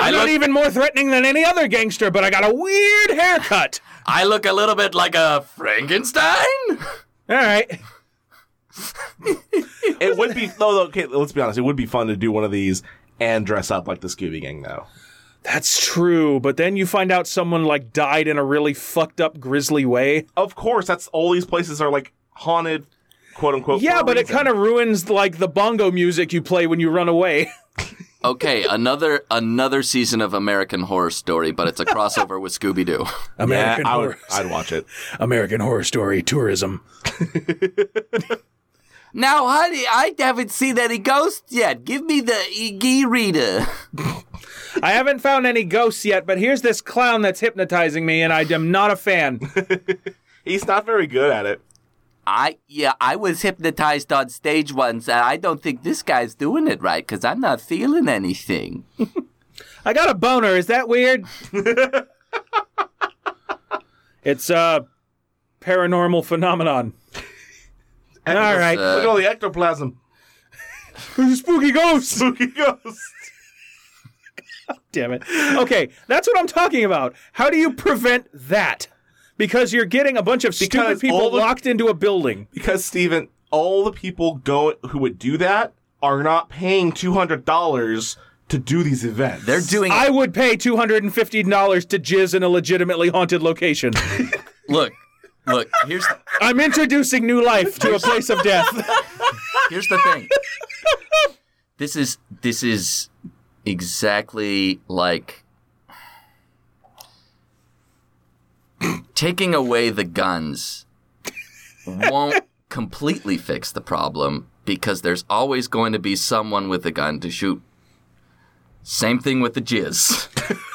Speaker 2: I look even more threatening than any other gangster, but I got a weird haircut.
Speaker 4: I look a little bit like a Frankenstein.
Speaker 2: All right.
Speaker 3: It would be no, no, okay, let's be honest, it would be fun to do one of these and dress up like the Scooby Gang though.
Speaker 2: That's true, but then you find out someone like died in a really fucked up grisly way.
Speaker 3: Of course, that's all these places are like haunted quote unquote.
Speaker 2: Yeah, but it kind of ruins like the bongo music you play when you run away.
Speaker 4: Okay, another another season of American Horror Story, but it's a crossover with Scooby Doo.
Speaker 3: yeah,
Speaker 2: American
Speaker 3: I would,
Speaker 2: Horror
Speaker 3: I'd watch it.
Speaker 2: American Horror Story tourism.
Speaker 4: Now, honey, I haven't seen any ghosts yet. Give me the Iggy reader.
Speaker 2: I haven't found any ghosts yet, but here's this clown that's hypnotizing me, and I am not a fan.
Speaker 3: He's not very good at it.
Speaker 4: I yeah, I was hypnotized on stage once, and I don't think this guy's doing it right because I'm not feeling anything.
Speaker 2: I got a boner. Is that weird? it's a paranormal phenomenon. All right.
Speaker 4: Uh,
Speaker 3: Look at all the ectoplasm.
Speaker 2: Spooky ghosts.
Speaker 3: Spooky ghost.
Speaker 2: Damn it. Okay, that's what I'm talking about. How do you prevent that? Because you're getting a bunch of stupid
Speaker 3: Because all
Speaker 2: people
Speaker 3: the-
Speaker 2: locked into a building.
Speaker 3: Because Steven, all the people go who would do that are not paying two hundred dollars to do these events.
Speaker 4: they're doing
Speaker 2: I would pay two hundred and fifty dollars to jizz in a legitimately haunted location.
Speaker 4: look, look. Here's
Speaker 2: I'm introducing new life to a place of death.
Speaker 4: here's the thing. This is this is exactly like taking away the guns won't completely fix the problem because there's always going to be someone with a gun to shoot. Same thing with the jizz.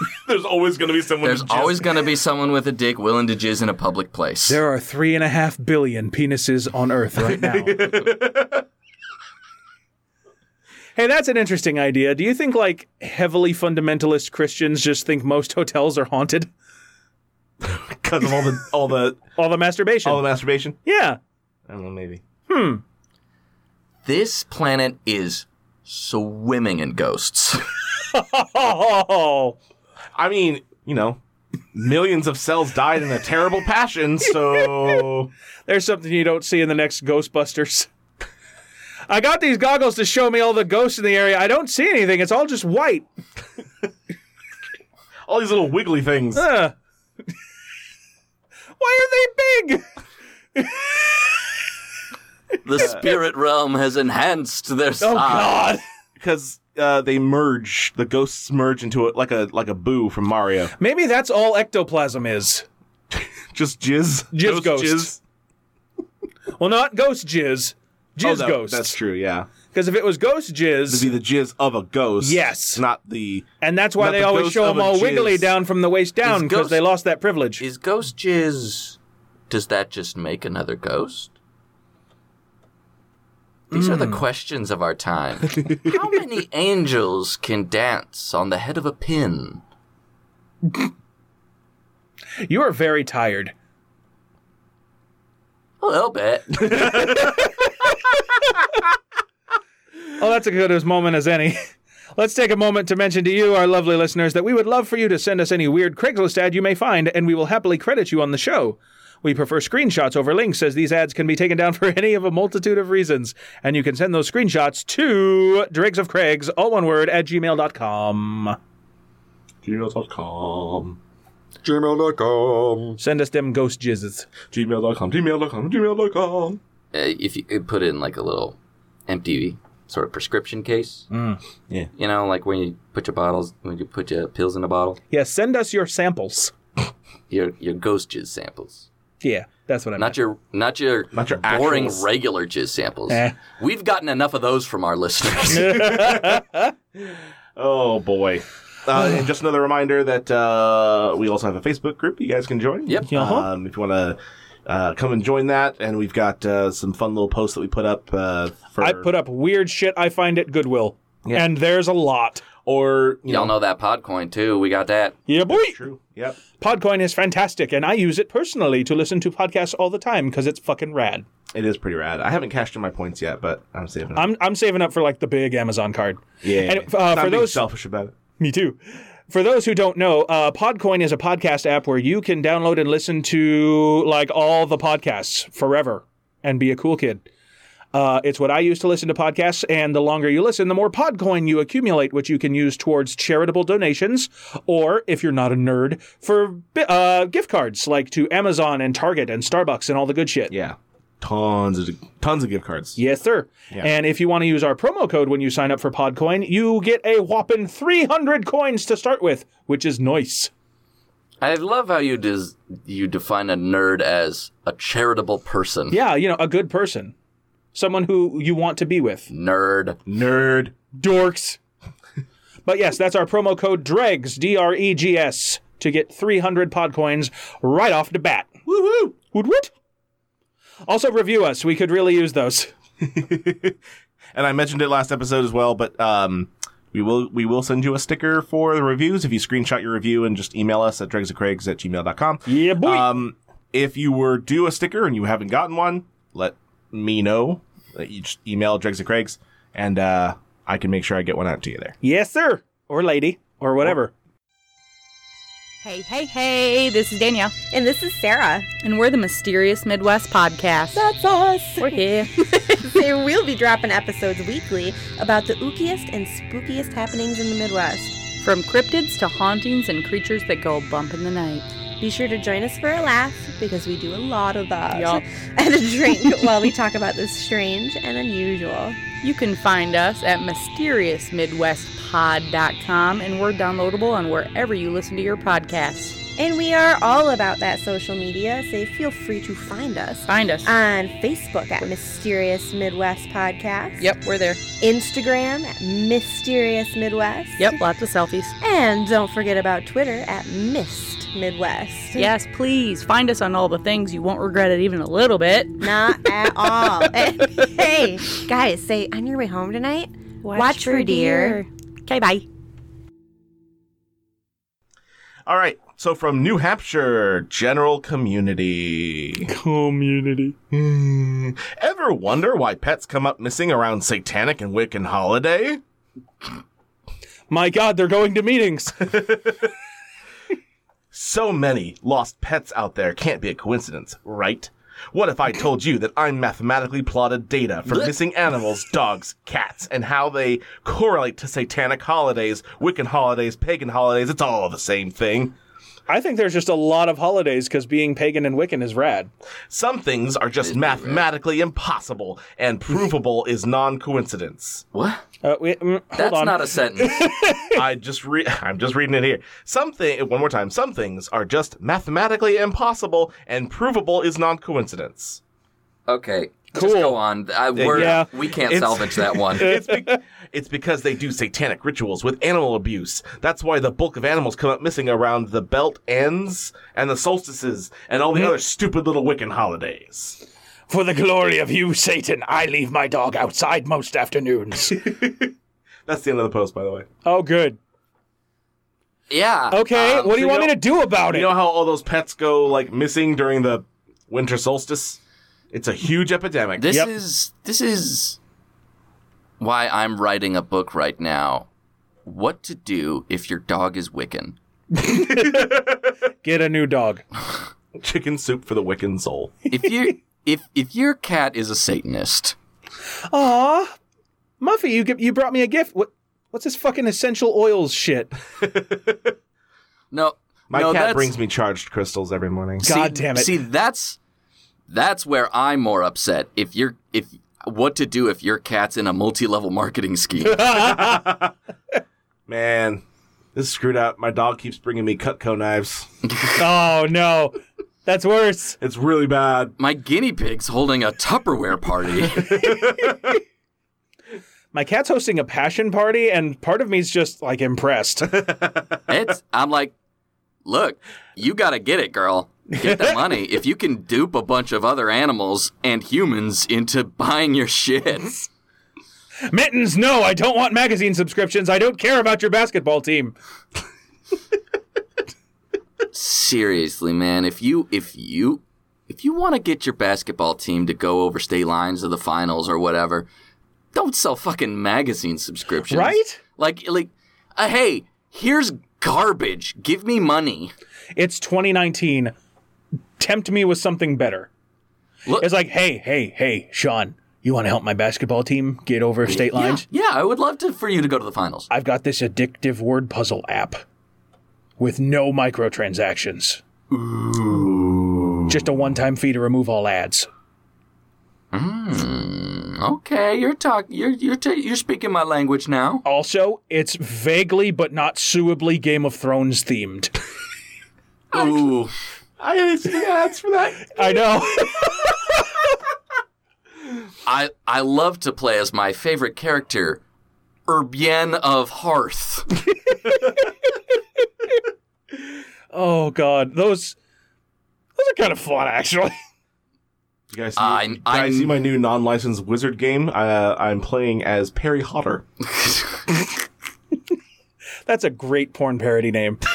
Speaker 3: There's always going to be someone.
Speaker 4: There's
Speaker 3: who just-
Speaker 4: always going to be someone with a dick willing to jizz in a public place.
Speaker 2: There are three and a half billion penises on Earth right now. hey, that's an interesting idea. Do you think like heavily fundamentalist Christians just think most hotels are haunted?
Speaker 3: because of all the all the
Speaker 2: All the masturbation.
Speaker 3: all the masturbation.
Speaker 2: yeah.
Speaker 3: I don't know, maybe.
Speaker 4: This planet is swimming in ghosts.
Speaker 2: Oh,
Speaker 3: I mean, you know, millions of cells died in a terrible passion, so
Speaker 2: there's something you don't see in the next Ghostbusters. I got these goggles to show me all the ghosts in the area. I don't see anything. It's all just white.
Speaker 3: all these little wiggly things.
Speaker 2: Huh. Why are they big?
Speaker 4: The spirit realm has enhanced
Speaker 2: Oh
Speaker 4: their size.
Speaker 2: God!
Speaker 3: Because uh, they merge, the ghosts merge into it like a like a boo from Mario.
Speaker 2: Maybe that's all ectoplasm is.
Speaker 3: Just jizz,
Speaker 2: Jizz ghost. Well, not ghost jizz,
Speaker 3: Oh,
Speaker 2: jizz
Speaker 3: that- That's
Speaker 2: ghost.
Speaker 3: true. Yeah,
Speaker 2: Because if it was ghost
Speaker 3: to be
Speaker 2: jizz,
Speaker 3: the jizz of a ghost.
Speaker 2: Yes.
Speaker 3: not the.
Speaker 2: and that's why
Speaker 3: not
Speaker 2: they
Speaker 3: the
Speaker 2: always
Speaker 3: ghost
Speaker 2: show
Speaker 3: of
Speaker 2: them
Speaker 3: a
Speaker 2: all
Speaker 3: jizz.
Speaker 2: wiggly down from the waist down
Speaker 4: Is
Speaker 2: because
Speaker 4: ghost-
Speaker 2: they lost that privilege.
Speaker 4: Is ghost jizz? Does that just make another ghost? These are the
Speaker 2: Hmm.
Speaker 4: questions of our time. How many angels can dance on the head of a pin?
Speaker 2: you are very tired.
Speaker 4: A little bit.
Speaker 2: Oh, that's a good as moment as any. Let's take a moment to mention to you, our lovely listeners, that we would love for you to send us any weird Craigslist ad you may find, and we will happily credit you on the show. We prefer screenshots over links, as these ads can be taken down for any of a multitude of reasons. And you can send those screenshots to dregs of Craigs, all one word, at gmail.com.
Speaker 3: Gmail.com.
Speaker 2: Send us them ghost jizzes.
Speaker 3: Gmail.com. Gmail.com. Gmail.com.
Speaker 4: Uh, if you could put in like a little empty sort of prescription case,
Speaker 3: yeah.
Speaker 4: you know, like when you put your bottles, when you put your pills in a bottle,
Speaker 2: Yeah, send us your samples.
Speaker 4: your your ghost jizz samples.
Speaker 2: Yeah, that's what I meant.
Speaker 4: Not your, not your,
Speaker 3: Not your
Speaker 4: boring
Speaker 3: actuals.
Speaker 4: regular jizz samples.
Speaker 2: Eh.
Speaker 4: We've gotten enough of those from our listeners.
Speaker 3: Oh boy. Uh, and just another reminder that uh, we also have a Facebook group you guys can join.
Speaker 4: Yep.
Speaker 2: Uh-huh.
Speaker 3: Um, if you want to uh, come and join that, and we've got uh, some fun little posts that we put up. Uh, for,
Speaker 2: I put up weird shit I find at Goodwill. And there's a lot.
Speaker 3: or you
Speaker 4: Y'all know that Podcoin too. We got that.
Speaker 2: Yeah, boy!
Speaker 3: True. Yep.
Speaker 2: Podcoin is fantastic, and I use it personally to listen to podcasts all the time because it's fucking rad.
Speaker 3: It is pretty rad. I haven't cashed in my points yet, but I'm saving. it.
Speaker 2: I'm, I'm saving up for like the big Amazon card.
Speaker 3: yeah.
Speaker 2: And, uh,
Speaker 3: I'm
Speaker 2: for
Speaker 3: being
Speaker 2: those,
Speaker 3: selfish about it.
Speaker 2: me too. For those who don't know, uh, Podcoin is a podcast app where you can download and listen to like all the podcasts forever and be a cool kid. Uh, it's what I use to listen to podcasts, and the longer you listen, the more Podcoin you accumulate, which you can use towards charitable donations, or if you're not a nerd, for bi- uh, gift cards like to Amazon and Target and Starbucks and all the good shit.
Speaker 3: Yeah. Tons of tons of gift cards.
Speaker 2: Yes, sir. And if you want to use our promo code when you sign up for Podcoin, you get a whopping 300 coins to start with, which is nice.
Speaker 4: I love how you des- you define a nerd as a charitable person.
Speaker 2: Yeah, you know, a good person. Someone who you want to be with.
Speaker 4: Nerd.
Speaker 3: Nerd.
Speaker 2: Dorks. but yes, that's our promo code DREGS, D R E G S, to get 300 Podcoins right off the bat.
Speaker 3: Woohoo!
Speaker 2: Woot woot. Also, review us. We could really use those.
Speaker 3: and I mentioned it last episode as well, but um, We will we will send you a sticker for the reviews if you screenshot your review and just email us at dregsofcraigs at gmail.com.
Speaker 2: Yeah, boy.
Speaker 3: Um, if you were due a sticker and you haven't gotten one, let me know. You just email Dregs and Craigs, and uh, I can make sure I get one out to you there.
Speaker 2: yes, sir. Or lady. Or whatever.
Speaker 5: Hey, hey, hey, this is Danielle,
Speaker 6: And this is Sarah.
Speaker 5: and we're the Mysterious Midwest Podcast.
Speaker 6: That's us.
Speaker 5: We're here.
Speaker 6: There will be dropping episodes weekly about the ookiest and spookiest happenings in the Midwest.
Speaker 5: From cryptids to hauntings and creatures that go bump in the night.
Speaker 6: Be sure to join us for a laugh because we do a lot of those.
Speaker 5: Yup.
Speaker 6: And a drink while we talk about the strange and unusual.
Speaker 5: You can find us at mysteriousmidwestpod.com, and we're downloadable on wherever you listen to your podcasts.
Speaker 6: And we are all about that social media, so feel free to find us
Speaker 5: Find us.
Speaker 6: on Facebook at Mysterious Midwest Podcast.
Speaker 5: yep, we're there.
Speaker 6: Instagram at Mysterious Midwest.
Speaker 5: Yep, lots of selfies.
Speaker 6: And don't forget about Twitter at Mist Midwest.
Speaker 5: Yes, please find us on all the things. You won't regret it even a little bit.
Speaker 6: Not at all. hey, guys, say on your way home tonight, watch, for deer.
Speaker 5: Okay, bye.
Speaker 3: All right. So from New Hampshire, general community.
Speaker 2: Community.
Speaker 3: Ever wonder why pets come up missing around satanic and Wiccan holiday?
Speaker 2: My God, they're going to meetings.
Speaker 3: So many lost pets out there can't be a coincidence, right? What if I told you that I mathematically plotted data from missing animals, dogs, cats, and how they correlate to satanic holidays, Wiccan holidays, pagan holidays? It's all the same thing.
Speaker 2: I think there's just a lot of holidays because being pagan and Wiccan is rad.
Speaker 3: Some things are just mathematically impossible, and provable is non coincidence.
Speaker 4: What?
Speaker 2: Uh, we, mm, hold
Speaker 4: That's
Speaker 2: on.
Speaker 4: not a sentence.
Speaker 3: I just re- I'm just reading it here. Something one more time. Some things are just mathematically impossible, and provable is non coincidence.
Speaker 4: Okay.
Speaker 2: Cool.
Speaker 4: Just go on. I, we're,
Speaker 2: Yeah.
Speaker 4: We can't
Speaker 3: It's-
Speaker 4: salvage that one.
Speaker 3: it's, be- it's because they do satanic rituals with animal abuse. That's why the bulk of animals come up missing around the belt ends and the solstices and all the other stupid little Wiccan holidays.
Speaker 2: For the glory of you, Satan, I leave my dog outside most afternoons.
Speaker 3: That's the end of the post, by the way.
Speaker 2: oh, good.
Speaker 4: Yeah.
Speaker 2: Okay,
Speaker 4: um,
Speaker 2: what do you
Speaker 3: so
Speaker 2: want
Speaker 3: you
Speaker 2: me to do about
Speaker 3: You
Speaker 2: it?
Speaker 3: know how all those pets go like missing during the winter solstice? It's a huge epidemic.
Speaker 4: This
Speaker 2: Yep.
Speaker 4: is this is why I'm writing a book right now. What to do if your dog is Wiccan?
Speaker 2: Get a new dog.
Speaker 3: Chicken soup for the Wiccan soul.
Speaker 4: If you if if your cat is a Satanist,
Speaker 2: Aw, Muffy, you gi- you brought me a gift. What? What's this fucking essential oils shit?
Speaker 4: no,
Speaker 3: My
Speaker 4: no,
Speaker 3: cat
Speaker 4: that's-
Speaker 3: brings me charged crystals every morning.
Speaker 4: See-
Speaker 2: God damn it.
Speaker 4: See, that's that's where I'm more upset. If you're if what to do if your cat's in a multi-level marketing scheme?
Speaker 3: Man, this is screwed up. My dog keeps bringing me Cutco knives.
Speaker 2: Oh no, that's worse.
Speaker 3: It's really bad.
Speaker 4: My guinea pig's holding a Tupperware party.
Speaker 2: My cat's hosting a passion party, and part of me's just like impressed.
Speaker 4: It's I'm like, look, you gotta get it, girl. Get the money. If you can dupe a bunch of other animals and humans into buying your shit.
Speaker 2: Mittens, no, I don't want magazine subscriptions. I don't care about your basketball team.
Speaker 4: Seriously, man, if you if you if you wanna get your basketball team to go over state lines of the finals or whatever, don't sell fucking magazine subscriptions.
Speaker 2: Right?
Speaker 4: Like like uh, hey, here's garbage. Give me money.
Speaker 2: It's 2019. Tempt me with something better.
Speaker 4: Look-
Speaker 2: It's like, hey, hey, hey, Sean, you want to help my basketball team get over state lines?
Speaker 4: Yeah, I would love to for you to go to the finals.
Speaker 2: I've got this addictive word puzzle app with no microtransactions. Ooh. Just a one time fee to remove all ads.
Speaker 4: Okay, you're talking you're you're ta you're speaking my language now.
Speaker 2: Also, it's vaguely but not suably Game of Thrones themed.
Speaker 4: Ooh.
Speaker 3: I didn't see the ads for that.
Speaker 2: I know.
Speaker 4: I I love to play as my favorite character, Urbienne of Hearth.
Speaker 2: oh, God. Those. Those are kind of fun, actually.
Speaker 3: You guys see,
Speaker 4: I-
Speaker 3: you guys
Speaker 4: I'm-
Speaker 3: see my new non-licensed wizard game? Uh, I'm playing as Perry Hotter.
Speaker 2: That's a great porn parody name.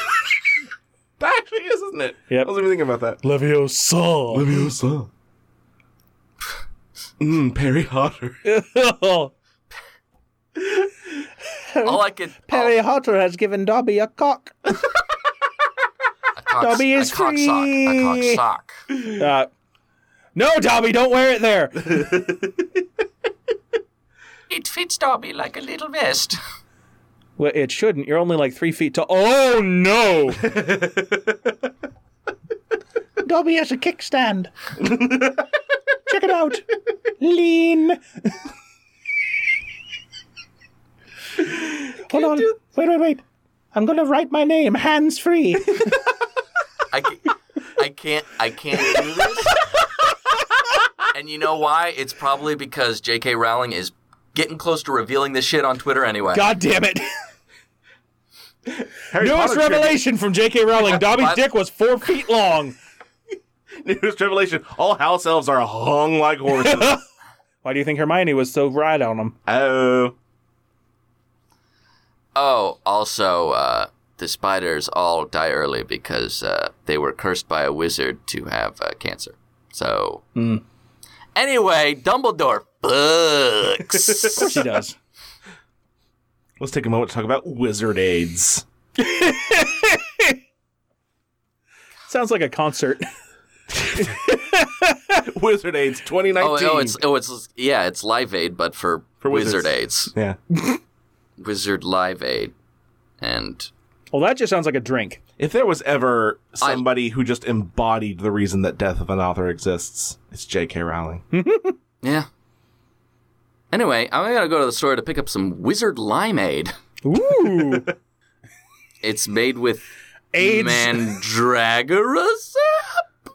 Speaker 3: That actually is, isn't it?
Speaker 2: Yep.
Speaker 3: I wasn't even thinking about that.
Speaker 2: Leviosa.
Speaker 3: Leviosa. Mmm, Perry Hotter.
Speaker 2: Oh.
Speaker 4: All I could.
Speaker 2: Perry Hotter has given Dobby a cock.
Speaker 4: a cock,
Speaker 2: Dobby
Speaker 4: a
Speaker 2: is
Speaker 4: cock sock. A cock
Speaker 2: free.
Speaker 4: sock.
Speaker 2: Uh, no, Dobby, don't wear it there.
Speaker 4: It fits Dobby like a little vest.
Speaker 2: Well, it shouldn't. You're only like three feet tall. Oh no! Dobby has a kickstand. Check it out. Lean. Hold on. Wait, wait, wait. I'm gonna write my name hands free.
Speaker 4: I can't, I can't, I can't do this. And you know why? It's probably because J.K. Rowling is getting close to revealing this shit on Twitter anyway.
Speaker 2: God damn it!
Speaker 3: Harry
Speaker 2: Newest
Speaker 3: Potter
Speaker 2: revelation from J.K. Rowling: Dobby's
Speaker 4: What?
Speaker 2: dick was four feet long.
Speaker 3: tribute. Newest revelation. All house elves are hung like horses.
Speaker 2: Why do you think Hermione was so right on him?
Speaker 3: oh.
Speaker 4: Oh, also, uh, the spiders all die early because uh, they were cursed by a wizard to have uh, cancer. So. Anyway, Dumbledore
Speaker 2: Of
Speaker 4: fucks.
Speaker 2: course he does.
Speaker 3: Let's take a moment to talk about wizard aids.
Speaker 2: Sounds like a concert.
Speaker 3: Wizard aids 2019.
Speaker 4: oh, oh, it's oh, it's yeah, it's Live Aid, but for,
Speaker 3: For wizards.
Speaker 4: Wizard Aids,
Speaker 3: yeah.
Speaker 4: Wizard Live Aid, and
Speaker 2: Well, that just sounds like a drink.
Speaker 3: If there was ever somebody who just embodied the reason that death of an author exists, it's J.K. Rowling.
Speaker 4: Yeah. Anyway, I'm gonna go to the store to pick up some wizard limeade.
Speaker 2: Ooh.
Speaker 4: It's made with
Speaker 2: AIDS.
Speaker 4: mandragora sap.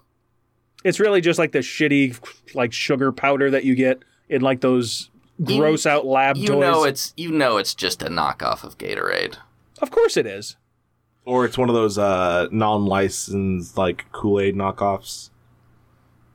Speaker 2: It's really just like the shitty like sugar powder that you get in like those gross out lab
Speaker 4: You
Speaker 2: toys.
Speaker 4: know it's you know it's just a knockoff of Gatorade.
Speaker 2: of course it is.
Speaker 3: Or it's one of those uh, non-licensed like Kool-Aid knockoffs,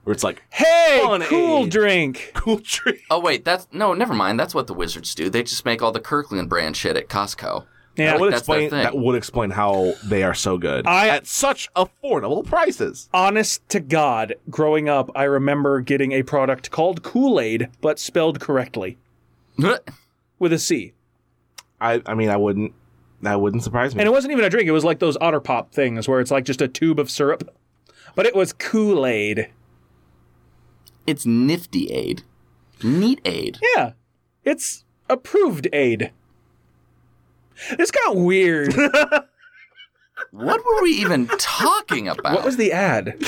Speaker 3: where it's like
Speaker 2: Hey,
Speaker 3: Fun
Speaker 2: cool
Speaker 3: aid.
Speaker 2: drink.
Speaker 3: cool tree.
Speaker 4: Oh wait, that's no, never mind. That's what the wizards do. They just make all the Kirkland brand shit at Costco.
Speaker 2: Yeah.
Speaker 3: that would
Speaker 4: that's their
Speaker 3: explain
Speaker 4: thing.
Speaker 3: that would explain how they are so good
Speaker 2: I-
Speaker 3: at such affordable prices.
Speaker 2: Honest to God, growing up, I remember getting a product called Kool Aid, but spelled correctly with a C.
Speaker 3: I I mean I wouldn't that wouldn't surprise me.
Speaker 2: And it wasn't even a drink, it was like those Otter Pop things where it's like just a tube of syrup. But it was Kool Aid.
Speaker 4: it's nifty aid. Neat aid.
Speaker 2: Yeah. It's approved aid. This got weird.
Speaker 4: What were we even talking about?
Speaker 2: What was the ad?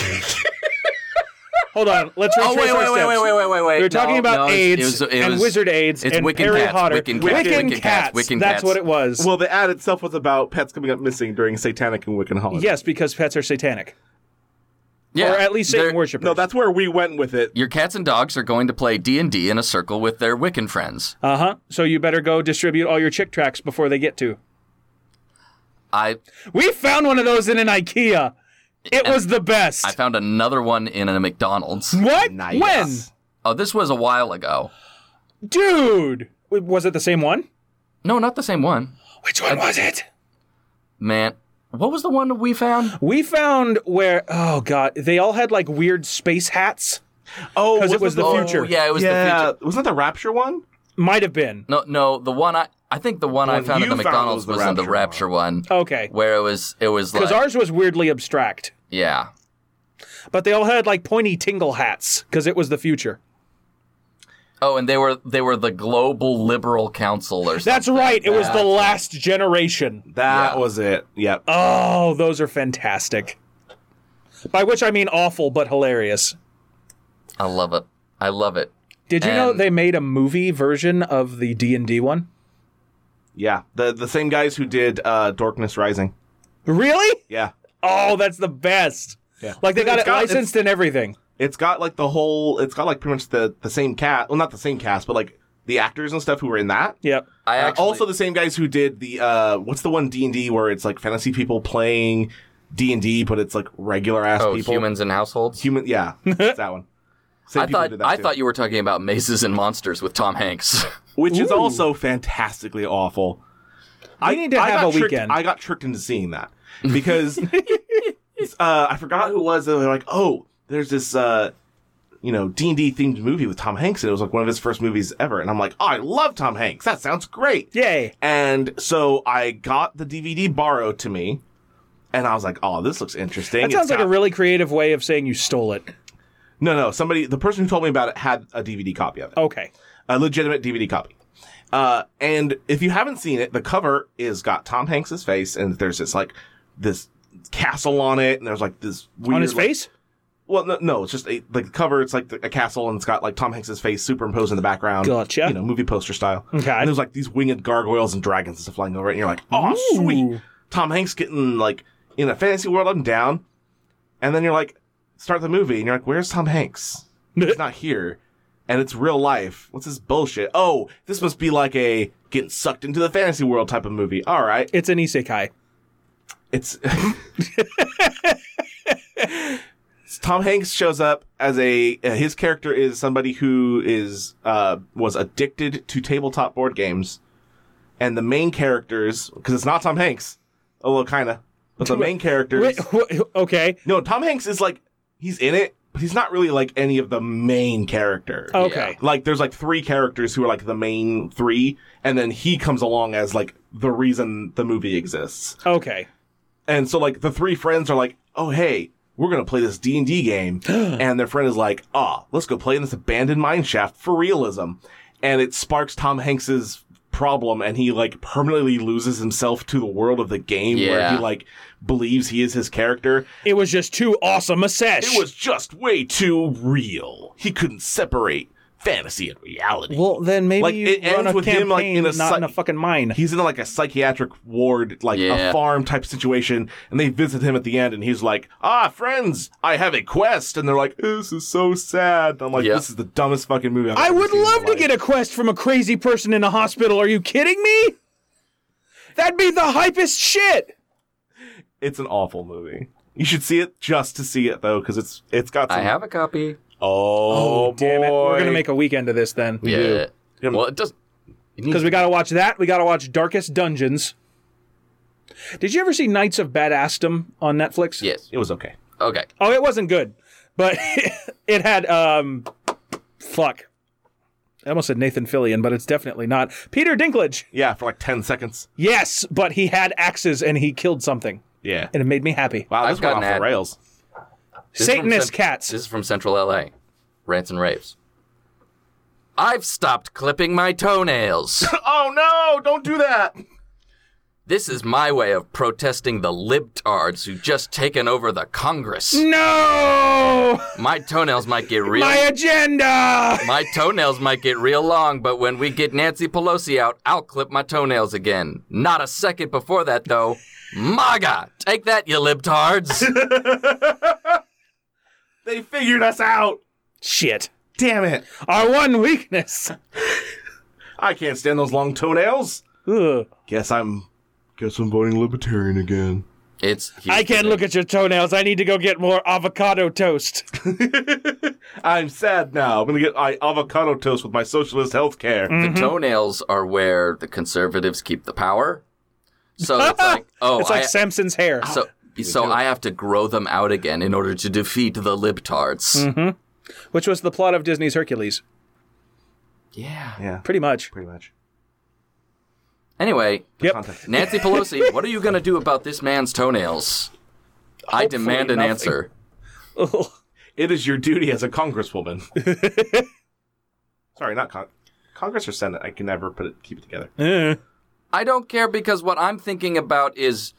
Speaker 2: Hold on, let's retrace
Speaker 4: Oh wait,
Speaker 2: our
Speaker 4: wait, wait,
Speaker 2: steps.
Speaker 4: wait, wait, wait, wait, wait.
Speaker 2: We were talking
Speaker 4: No,
Speaker 2: about
Speaker 4: no,
Speaker 2: AIDS
Speaker 4: it was- it
Speaker 2: and
Speaker 4: was-
Speaker 2: wizard AIDS
Speaker 4: it's
Speaker 2: and
Speaker 4: Wiccan
Speaker 2: Harry
Speaker 4: cats,
Speaker 2: Potter.
Speaker 4: Wiccan cats, Wiccan cats, Wiccan
Speaker 2: That's
Speaker 4: cats.
Speaker 2: what it was.
Speaker 3: well, the ad itself was about pets coming up missing during Satanic and Wiccan holidays.
Speaker 2: yes, because pets are satanic,
Speaker 4: Yeah,
Speaker 2: or at least Satan
Speaker 4: they're-
Speaker 2: worshippers.
Speaker 3: No, that's where we went with it.
Speaker 4: Your cats and dogs are going to play D&D in a circle with their Wiccan friends.
Speaker 2: uh huh. So you better go distribute all your chick tracks before they get to.
Speaker 4: I
Speaker 2: We found one of those in an IKEA. It was the best.
Speaker 4: I found another one in a McDonald's.
Speaker 2: what?
Speaker 3: Nice.
Speaker 4: Oh, this was a while ago.
Speaker 2: When, dude? Wait, Was it the same one?
Speaker 4: No, not the same one.
Speaker 2: Which one was it?
Speaker 4: Man, what was the one we found?
Speaker 2: We found where. Oh god, they all had like weird space hats.
Speaker 3: Oh,
Speaker 2: 'Cause it
Speaker 3: wasn't
Speaker 2: was the
Speaker 4: oh,
Speaker 2: future.
Speaker 4: yeah, it was the
Speaker 3: yeah,
Speaker 4: future.
Speaker 3: wasn't that the Rapture one?
Speaker 2: Might have been.
Speaker 4: No, no, the one I I think the one I
Speaker 3: The one
Speaker 4: found
Speaker 3: you
Speaker 4: at the
Speaker 3: found
Speaker 4: McDonald's
Speaker 3: was
Speaker 4: was,
Speaker 3: the
Speaker 4: in the
Speaker 3: Rapture
Speaker 4: Rapture one.
Speaker 2: Okay.
Speaker 4: Where it was it was like
Speaker 2: Because ours was weirdly abstract,
Speaker 4: yeah.
Speaker 2: but they all had like pointy tingle hats because it was the future.
Speaker 4: Oh, and they were they were the Global Liberal Council or something.
Speaker 2: That's right. It was the last generation.
Speaker 3: That
Speaker 4: Yeah.
Speaker 3: was it. Yep.
Speaker 2: Oh, those are fantastic. By which I mean awful but hilarious.
Speaker 4: I love it. I love it.
Speaker 2: Did you know
Speaker 4: And-
Speaker 2: they made a movie version of the D and D one?
Speaker 3: Yeah. The the same guys who did uh Darkness Rising.
Speaker 2: Really?
Speaker 3: Yeah.
Speaker 2: Oh, that's the best.
Speaker 3: Yeah.
Speaker 2: Like they got
Speaker 3: It's
Speaker 2: it
Speaker 3: got-
Speaker 2: licensed and everything.
Speaker 3: It's got like the whole it's got like pretty much the the same cast, well not the same cast, but like the actors and stuff who were in that.
Speaker 2: Yep.
Speaker 4: I
Speaker 3: Uh,
Speaker 4: actually
Speaker 3: also the same guys who did the uh what's the one D&D where it's like fantasy people playing D&D but it's like regular ass
Speaker 4: oh,
Speaker 3: people.
Speaker 4: humans and households.
Speaker 3: Human yeah. it's that one. Same
Speaker 4: I
Speaker 3: people who
Speaker 4: thought
Speaker 3: did that
Speaker 4: I
Speaker 3: too.
Speaker 4: thought you were talking about Mazes and Monsters with Tom Hanks.
Speaker 3: which is
Speaker 2: Ooh.
Speaker 3: also fantastically awful. I
Speaker 2: need to
Speaker 3: I
Speaker 2: have
Speaker 3: got
Speaker 2: a
Speaker 3: tricked-
Speaker 2: weekend.
Speaker 3: I got tricked into seeing that because uh, I forgot who it was. And they're like, oh, there's this uh, you know D and D themed movie with Tom Hanks, and it was like one of his first movies ever. And I'm like, oh, I love Tom Hanks. That sounds great.
Speaker 2: Yay.
Speaker 3: And so I got the DVD borrowed to me, and I was like, oh, this looks interesting.
Speaker 2: That
Speaker 3: It's
Speaker 2: sounds like
Speaker 3: got-
Speaker 2: a really creative way of saying you stole it.
Speaker 3: no, no. Somebody, the person who told me about it had a DVD copy of it.
Speaker 2: Okay.
Speaker 3: a legitimate DVD copy. Uh, and if you haven't seen it, the cover is got Tom Hanks's face, and there's this like this castle on it, and there's like this weird
Speaker 2: On his
Speaker 3: like-
Speaker 2: face?
Speaker 3: well, no, no, it's just a, like the cover. It's like the, a castle, and it's got like Tom Hanks's face superimposed in the background.
Speaker 2: Gotcha.
Speaker 3: You know, movie poster style.
Speaker 2: Okay.
Speaker 3: And there's like these winged gargoyles and dragons and stuff flying over it, and you're like, oh,
Speaker 2: Ooh.
Speaker 3: sweet. Tom Hanks getting like in a fantasy world up and down, and then you're like, start the movie, and you're like, where's Tom Hanks? He's not here, and it's real life. What's this bullshit? Oh, this must be like a getting sucked into the fantasy world type of movie. All right,
Speaker 2: It's an isekai.
Speaker 3: it's Tom Hanks shows up as a uh, his character is somebody who is uh, was addicted to tabletop board games, and the main characters because it's not Tom Hanks, although kind of, but the main characters.
Speaker 2: Wait, wh- okay.
Speaker 3: No, Tom Hanks is like he's in it, but he's not really like any of the main characters.
Speaker 2: Okay.
Speaker 3: Like there's like three characters who are like the main three, and then he comes along as like the reason the movie exists.
Speaker 2: Okay.
Speaker 3: And so like the three friends are like, "Oh hey, we're gonna play this D and D game," and their friend is like, "Ah, let's go play in this abandoned mine shaft for realism," and it sparks Tom Hanks's problem, and he like permanently loses himself to the world of the game where he
Speaker 4: Yeah.
Speaker 3: like believes he is his character.
Speaker 2: It was just too awesome a sesh.
Speaker 3: It was just way too real. He couldn't separate fantasy and reality.
Speaker 2: Well, then maybe
Speaker 3: Like,
Speaker 2: you
Speaker 3: it
Speaker 2: run
Speaker 3: ends
Speaker 2: a
Speaker 3: with
Speaker 2: campaign,
Speaker 3: him, like, in a
Speaker 2: not in
Speaker 3: psy-
Speaker 2: a fucking mine.
Speaker 3: He's in like a psychiatric ward, like
Speaker 4: Yeah.
Speaker 3: a farm type situation, and they visit him at the end, and he's like, "Ah, friends, I have a quest," and they're like, "This is so sad." And I'm like,
Speaker 4: Yeah.
Speaker 3: "This is the dumbest fucking movie." I've
Speaker 2: I
Speaker 3: ever
Speaker 2: would
Speaker 3: seen in my
Speaker 2: love to
Speaker 3: life."
Speaker 2: get a quest from a crazy person in a hospital. Are you kidding me? That'd be the hypest shit.
Speaker 3: It's an awful movie. You should see it just to see it though, because it's it's got. Some,
Speaker 4: I have a copy.
Speaker 3: Oh,
Speaker 2: Damn it. We're going to
Speaker 3: boy.
Speaker 2: make a weekend of this then.
Speaker 4: yeah.
Speaker 3: do. Yeah.
Speaker 4: Well, it does.
Speaker 2: Because we got to watch that. We got to watch Darkest Dungeons. Did you ever see Knights of Badassdom on Netflix?
Speaker 4: Yes.
Speaker 3: It was okay.
Speaker 4: Okay.
Speaker 2: Oh, it wasn't good, but it had um, fuck. I almost said Nathan Fillion, but it's definitely not Peter Dinklage.
Speaker 3: Yeah, for like ten seconds.
Speaker 2: Yes, but he had axes and he killed something,
Speaker 3: Yeah.
Speaker 2: and it made me happy.
Speaker 3: Wow,
Speaker 4: I've
Speaker 3: this went
Speaker 4: got
Speaker 3: off
Speaker 4: an ad.
Speaker 3: the rails.
Speaker 4: This is from
Speaker 2: Satanist
Speaker 4: Cent-
Speaker 2: cats.
Speaker 4: This is from Central LA. Rants and raves. I've stopped clipping my toenails.
Speaker 3: Oh no! Don't do that.
Speaker 4: this is my way of protesting the libtards who just taken over the Congress.
Speaker 2: no,
Speaker 4: My toenails might get real.
Speaker 2: Mm. my agenda.
Speaker 4: my toenails might get real long, but when we get Nancy Pelosi out, I'll clip my toenails again. Not a second before that, though. MAGA! Take that, you libtards!
Speaker 3: They figured us out.
Speaker 2: Shit,
Speaker 3: Damn it!
Speaker 2: our one weakness.
Speaker 3: I can't stand those long toenails.
Speaker 2: Ugh.
Speaker 3: Guess I'm. Guess I'm voting libertarian again.
Speaker 4: It's.
Speaker 2: I can't look at your toenails. I need to go get more avocado toast.
Speaker 3: I'm sad now. I'm gonna get I, avocado toast with my socialist health care.
Speaker 2: Mm.
Speaker 4: The
Speaker 2: Mm-hmm.
Speaker 4: toenails are where the conservatives keep the power. So it's like, oh,
Speaker 2: it's like
Speaker 4: I,
Speaker 2: Samson's hair.
Speaker 4: so, so I have to grow them out again in order to defeat the libtards.
Speaker 2: Mm-hmm. which was the plot of Disney's Hercules,
Speaker 4: Yeah.
Speaker 3: Yeah,
Speaker 2: pretty much.
Speaker 3: pretty much.
Speaker 4: Anyway,
Speaker 2: Yep.
Speaker 3: Context.
Speaker 4: Nancy Pelosi, what are you going to do about this man's toenails? I demand an
Speaker 3: nothing.
Speaker 4: answer.
Speaker 3: It is your duty as a congresswoman. Sorry, not con- Congress or Senate. I can never put it, keep it together.
Speaker 2: Eh.
Speaker 4: I don't care because what I'm thinking about is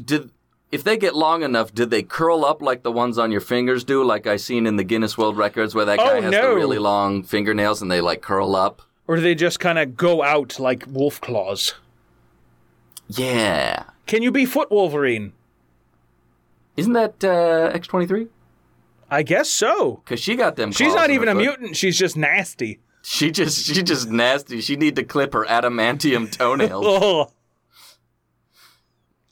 Speaker 4: did if they get long enough, did they curl up like the ones on your fingers do, like I seen in the Guinness World Records where that guy
Speaker 2: Oh,
Speaker 4: has
Speaker 2: no.
Speaker 4: the really long fingernails and they like curl up?
Speaker 2: Or do they just kind of go out like wolf claws?
Speaker 4: Yeah.
Speaker 2: Can you be foot Wolverine?
Speaker 4: Isn't that uh, X23?
Speaker 2: I guess so.
Speaker 4: Because she got them.
Speaker 2: She's
Speaker 4: claws
Speaker 2: not
Speaker 4: in
Speaker 2: even
Speaker 4: her
Speaker 2: a
Speaker 4: foot.
Speaker 2: mutant. She's just nasty.
Speaker 4: She just she just nasty. She need to clip her adamantium toenails.
Speaker 2: Oh,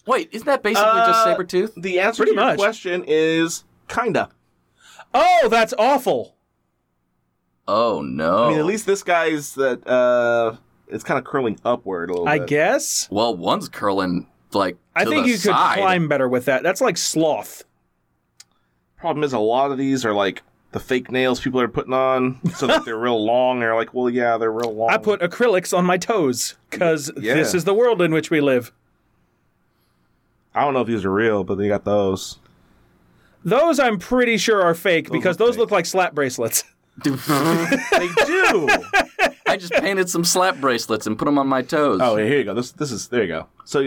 Speaker 4: Wait, isn't that basically just
Speaker 3: Uh,
Speaker 4: saber tooth?
Speaker 3: The answer
Speaker 2: Pretty
Speaker 3: to your
Speaker 2: much.
Speaker 3: question is kinda.
Speaker 2: oh, that's awful.
Speaker 4: Oh no. Oh.
Speaker 3: I mean, at least this guy's that uh, it's kind of curling upward a little
Speaker 2: I
Speaker 3: bit.
Speaker 2: guess.
Speaker 4: Well, one's curling like
Speaker 2: I
Speaker 4: to
Speaker 2: think
Speaker 4: the
Speaker 2: you could
Speaker 4: side.
Speaker 2: climb better with that. That's like sloth.
Speaker 3: Problem is, a lot of these are like the fake nails people are putting on, so that they're real long. And you're like, well, yeah, they're real long.
Speaker 2: I put acrylics on my toes because
Speaker 3: Yeah.
Speaker 2: this is the world in which we live.
Speaker 3: I don't know if these are real, but they got those.
Speaker 2: Those I'm pretty sure are fake because
Speaker 3: look
Speaker 2: those look like slap bracelets.
Speaker 3: They do.
Speaker 4: I just painted some slap bracelets and put them on my toes.
Speaker 3: oh, yeah, here you go. This this is there you go. So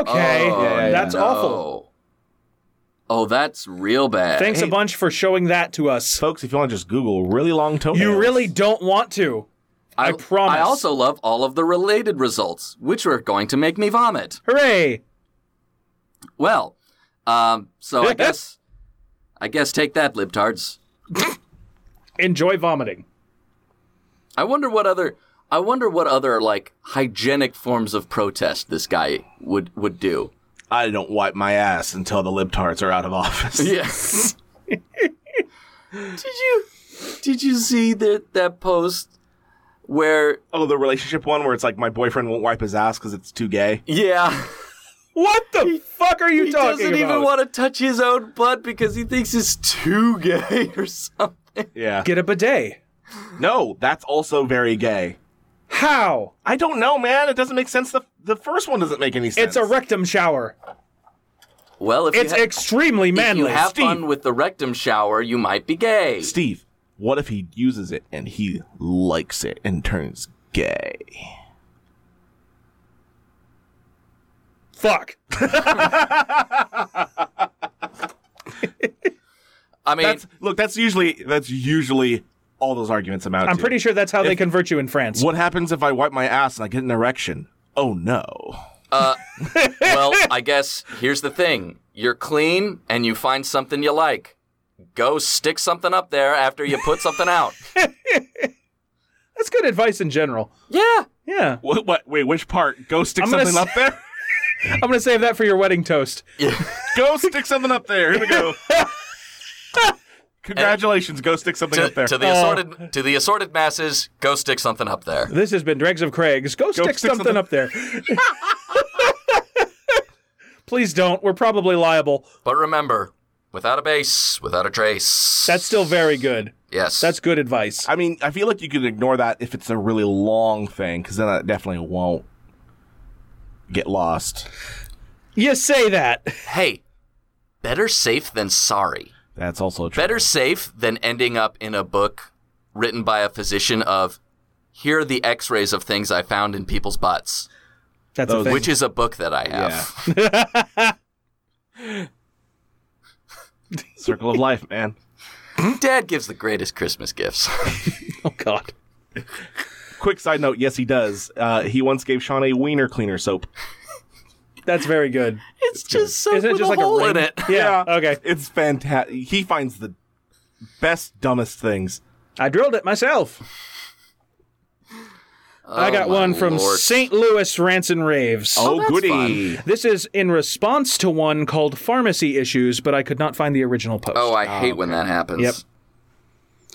Speaker 2: Okay,
Speaker 4: Oh,
Speaker 2: that's
Speaker 4: no.
Speaker 2: awful.
Speaker 4: Oh, that's real bad.
Speaker 2: Thanks a
Speaker 3: Hey.
Speaker 2: bunch for showing that to us.
Speaker 3: folks, if you want to just Google really long toenails,
Speaker 2: You really don't want to. I, promise.
Speaker 4: I also love all of the related results, which are going to make me vomit.
Speaker 2: hooray.
Speaker 4: Well, um, so I guess, I guess take that, libtards.
Speaker 2: Enjoy vomiting.
Speaker 4: I wonder what other, I wonder what other like hygienic forms of protest this guy would would do.
Speaker 3: I don't wipe my ass until the libtards are out of office.
Speaker 4: Yes. did you, did you see that that post where?
Speaker 3: Oh, the relationship one where it's like my boyfriend won't wipe his ass because it's too gay.
Speaker 4: Yeah.
Speaker 2: What the fuck are you
Speaker 4: He
Speaker 2: talking
Speaker 4: doesn't
Speaker 2: about?
Speaker 4: even want to touch his own butt because he thinks it's too gay or something.
Speaker 3: Yeah.
Speaker 2: Get a bidet.
Speaker 3: No, that's also very gay.
Speaker 2: How?
Speaker 3: I don't know, man. It doesn't make sense. The the first one doesn't make any sense.
Speaker 2: It's a rectum shower.
Speaker 4: Well, if
Speaker 2: It's
Speaker 4: you ha-
Speaker 2: extremely
Speaker 4: if
Speaker 2: manly.
Speaker 4: you have
Speaker 2: Steve.
Speaker 4: fun with the rectum shower, you might be gay.
Speaker 3: Steve. What if he uses it and he likes it and turns gay?
Speaker 2: Fuck.
Speaker 4: I mean,
Speaker 3: That's look. That's usually that's usually all those arguments amount.
Speaker 2: I'm
Speaker 3: to.
Speaker 2: pretty sure that's how they convert you in France.
Speaker 3: What happens if I wipe my ass and I get an erection? Oh no!
Speaker 4: well, I guess here's the thing. You're clean and you find something you like. Go stick something up there after you put something out.
Speaker 2: That's good advice in general.
Speaker 4: Yeah.
Speaker 2: Yeah.
Speaker 3: What? what wait, which part? Go stick
Speaker 2: I'm gonna
Speaker 3: something up there.
Speaker 2: I'm going to save that for your wedding toast.
Speaker 3: go stick something up there. Here we go. Congratulations. Go stick something
Speaker 4: To,
Speaker 3: up there.
Speaker 4: to
Speaker 2: Uh.
Speaker 4: the assorted to the assorted masses, go stick something up there.
Speaker 2: This has been Dregs of Craig's. Go, stick,
Speaker 3: stick
Speaker 2: something
Speaker 3: something-
Speaker 2: up there. Please don't. We're probably liable.
Speaker 4: But remember, without a base, without a trace.
Speaker 2: That's still very good.
Speaker 4: yes.
Speaker 2: That's good advice.
Speaker 3: I mean, I feel like you could ignore that if it's a really long thing, because then that definitely won't get lost.
Speaker 2: You say that.
Speaker 4: hey. Better safe than sorry.
Speaker 3: That's also true.
Speaker 4: Better safe than ending up in a book written by a physician of here are the x-rays of things I found in people's butts,
Speaker 2: That's a
Speaker 3: Those-
Speaker 2: thing.
Speaker 4: which is a book that I have.
Speaker 3: Yeah. Circle of life, man.
Speaker 4: Dad gives the greatest Christmas gifts.
Speaker 2: oh God.
Speaker 3: Quick side note: Yes, he does. Uh, he once gave Sean a wiener cleaner soap.
Speaker 2: That's very good.
Speaker 4: it's just so
Speaker 2: Is it just like a ring? Yeah. Okay.
Speaker 3: It's fantastic. He finds the best, dumbest things.
Speaker 2: I drilled it myself. I got
Speaker 4: my
Speaker 2: one from
Speaker 4: lord.
Speaker 2: St. Louis Rants and Raves.
Speaker 4: Oh, that's
Speaker 3: goody!
Speaker 2: This is in response to one called Pharmacy Issues, but I could not find the original post.
Speaker 4: Oh, I hate when that happens.
Speaker 2: Yep.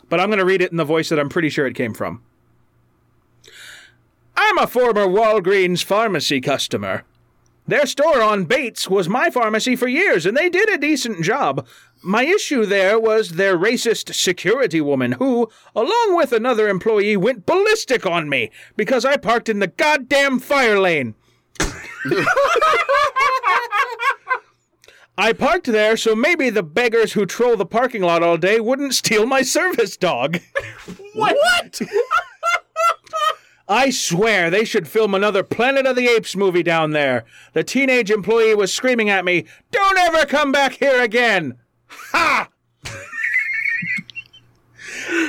Speaker 2: but I'm going to read it in the voice that I'm pretty sure it came from. I'm a former Walgreens pharmacy customer. Their store on Bates was my pharmacy for years, and they did a decent job. My issue there was their racist security woman, who, along with another employee, went ballistic on me because I parked in the goddamn fire lane. I parked there so maybe the beggars who troll the parking lot all day wouldn't steal my service dog. what? I swear they should film another Planet of the Apes movie down there. The teenage employee was screaming at me, Don't ever come back here again! Ha!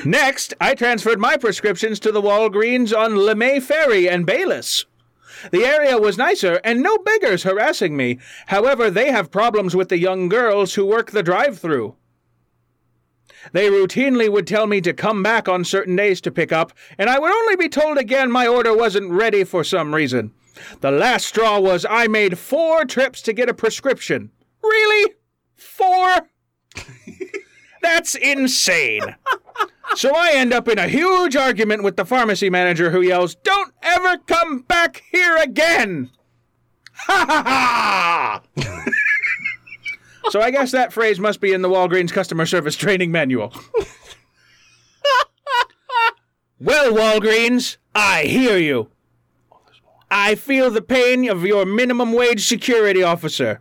Speaker 2: Next, I transferred my prescriptions to the Walgreens on LeMay Ferry and Bayless. The area was nicer and no beggars harassing me. However, they have problems with the young girls who work the drive through. They routinely would tell me to come back on certain days to pick up, and I would only be told again my order wasn't ready for some reason. The last straw was I made four trips to get a prescription. Really? Four? That's insane. So I end up in a huge argument with the pharmacy manager who yells, Don't ever come back here again! Ha ha ha! so I guess that phrase must be in the Walgreens customer service training manual. well, Walgreens, I hear you. I feel the pain of your minimum wage security officer.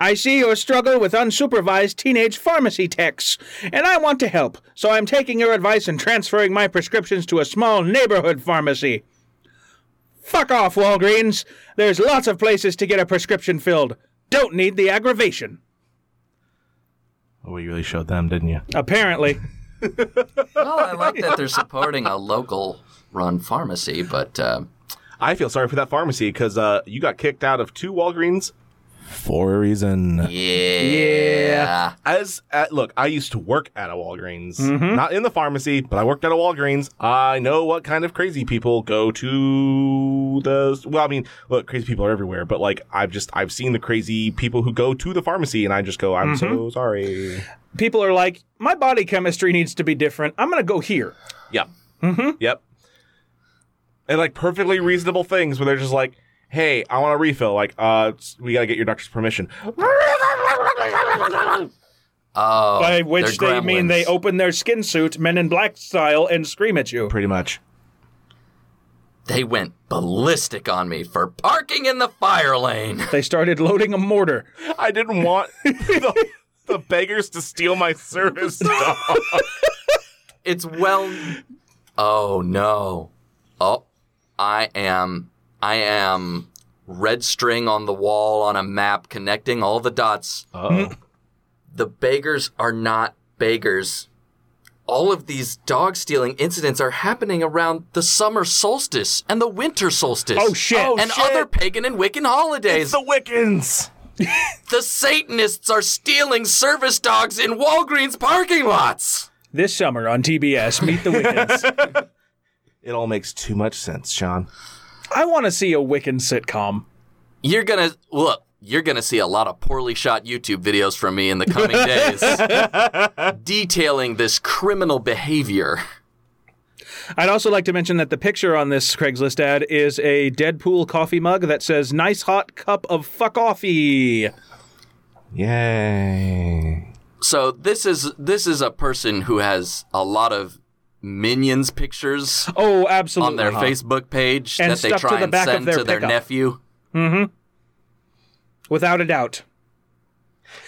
Speaker 2: I see your struggle with unsupervised teenage pharmacy techs, and I want to help, so I'm taking your advice and transferring my prescriptions to a small neighborhood pharmacy. Fuck off, Walgreens! There's lots of places to get a prescription filled. Don't need the aggravation.
Speaker 3: Oh, you really showed them, didn't you?
Speaker 2: Apparently.
Speaker 4: Well, Oh, I like that they're supporting a local run pharmacy, but uh,
Speaker 3: I feel sorry for that pharmacy because uh, you got kicked out of two Walgreens for a reason.
Speaker 4: yeah.
Speaker 3: As at, look, I used to work at a Walgreens, not in the pharmacy, but I worked at a Walgreens. I know what kind of crazy people go to the. Well, I mean, look, crazy people are everywhere, but like I've just I've seen the crazy people who go to the pharmacy, and I just go, I'm so sorry.
Speaker 2: People are like, my body chemistry needs to be different. I'm gonna go here.
Speaker 3: Yep. Mm-hmm. Yep. And like perfectly reasonable things where they're just like, "Hey, I want a refill." Like, uh, we gotta get your doctor's permission.
Speaker 4: Oh,
Speaker 2: By which they
Speaker 4: they're
Speaker 2: mean
Speaker 4: gremlins.
Speaker 2: they open their skin suit, men in black style, and scream at you.
Speaker 3: Pretty much.
Speaker 4: They went ballistic on me for parking in the fire lane.
Speaker 2: They started loading a mortar.
Speaker 3: I didn't want the, the beggars to steal my service dog.
Speaker 4: It's well. Oh no. Oh, I am. I am. Red string on the wall on a map connecting all the dots.
Speaker 3: Oh,
Speaker 4: The beggars are not beggars. All of these dog stealing incidents are happening around the summer solstice and the winter solstice.
Speaker 2: Oh, shit. Oh,
Speaker 4: and
Speaker 3: shit.
Speaker 4: other pagan and Wiccan holidays.
Speaker 3: the Wiccans.
Speaker 4: The Satanists are stealing service dogs in Walgreens parking lots.
Speaker 2: This summer on TBS, Meet the Wiccans.
Speaker 3: It all makes too much sense, Sean.
Speaker 2: I want to see a Wiccan sitcom.
Speaker 4: You're gonna look. You're gonna see a lot of poorly shot YouTube videos from me in the coming days, detailing this criminal behavior.
Speaker 2: I'd also like to mention that the picture on this Craigslist ad is a Deadpool coffee mug that says "Nice hot cup of fuck offy."
Speaker 3: Yay.
Speaker 4: So this is this is a person who has a lot of minions pictures
Speaker 2: Oh,
Speaker 4: on
Speaker 2: absolutely.
Speaker 4: their Facebook page
Speaker 2: And
Speaker 4: that they
Speaker 2: stuff to
Speaker 4: try
Speaker 2: the
Speaker 4: and
Speaker 2: back of
Speaker 4: send
Speaker 2: their
Speaker 4: to their
Speaker 2: pickup.
Speaker 4: nephew.
Speaker 2: without a doubt.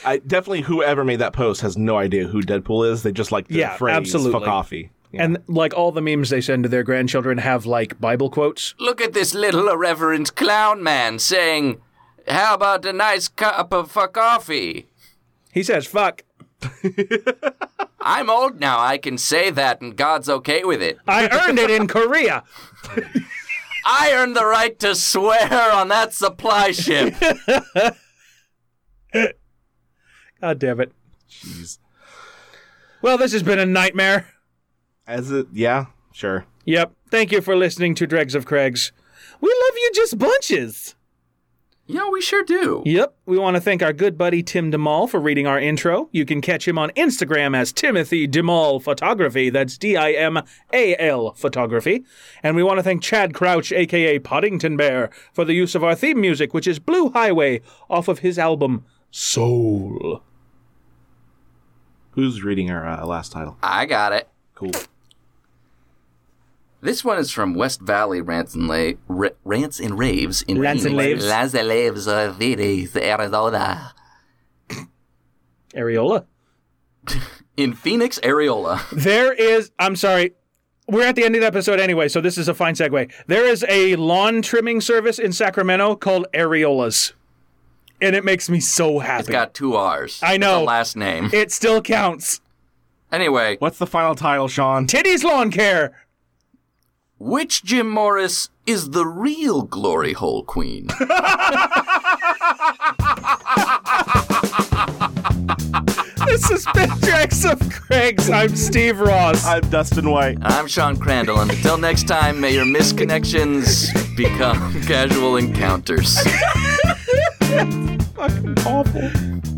Speaker 3: I definitely whoever made that post has no idea who Deadpool is. They just like the
Speaker 2: Yeah,
Speaker 3: phrase
Speaker 2: absolutely.
Speaker 3: fuck offy. Yeah.
Speaker 2: And like all the memes they send to their grandchildren have like Bible quotes.
Speaker 4: Look at this little irreverent clown man saying, "How about a nice cup of fuck coffee?"
Speaker 2: He says "fuck."
Speaker 4: I'm old now. I can say that, and God's okay with it.
Speaker 2: I earned it in Korea.
Speaker 4: I earned the right to swear on that supply ship.
Speaker 2: God damn it.
Speaker 3: Jeez.
Speaker 2: Well, this has been a nightmare.
Speaker 3: As it, yeah, sure.
Speaker 2: Yep. Thank you for listening to Dregs of Craigs. We love you just bunches.
Speaker 4: yeah, we sure do.
Speaker 2: Yep. We want to thank our good buddy Tim DeMall for reading our intro. You can catch him on Instagram as Timothy DeMall Photography. That's D I M A L Photography. And we want to thank Chad Crouch, aka Poddington Bear, for the use of our theme music, which is Blue Highway off of his album Soul.
Speaker 3: Who's reading our uh, last title?
Speaker 4: I got it.
Speaker 3: Cool.
Speaker 4: This one is from West Valley Rants and, La- R- Rants and Raves in
Speaker 2: Rants and Raves.
Speaker 4: Rants and Raves of Phoenix, Arizona.
Speaker 2: Areola.
Speaker 4: In Phoenix, Areola.
Speaker 2: There is, I'm sorry. We're at the end of the episode anyway, so this is a fine segue. There is a lawn trimming service in Sacramento called Areolas. And it makes me so happy.
Speaker 4: It's got two R's.
Speaker 2: I know.
Speaker 4: The last name.
Speaker 2: It still counts.
Speaker 4: Anyway,
Speaker 3: What's the final title, Sean?
Speaker 2: Titties lawn care.
Speaker 4: which Jim Morris is the real glory hole queen?
Speaker 2: This is been Drex of Craigs. I'm Steve Ross.
Speaker 3: I'm Dustin White.
Speaker 4: I'm Sean Crandall, and until next time, may your misconnections become casual encounters.
Speaker 2: Fucking awful.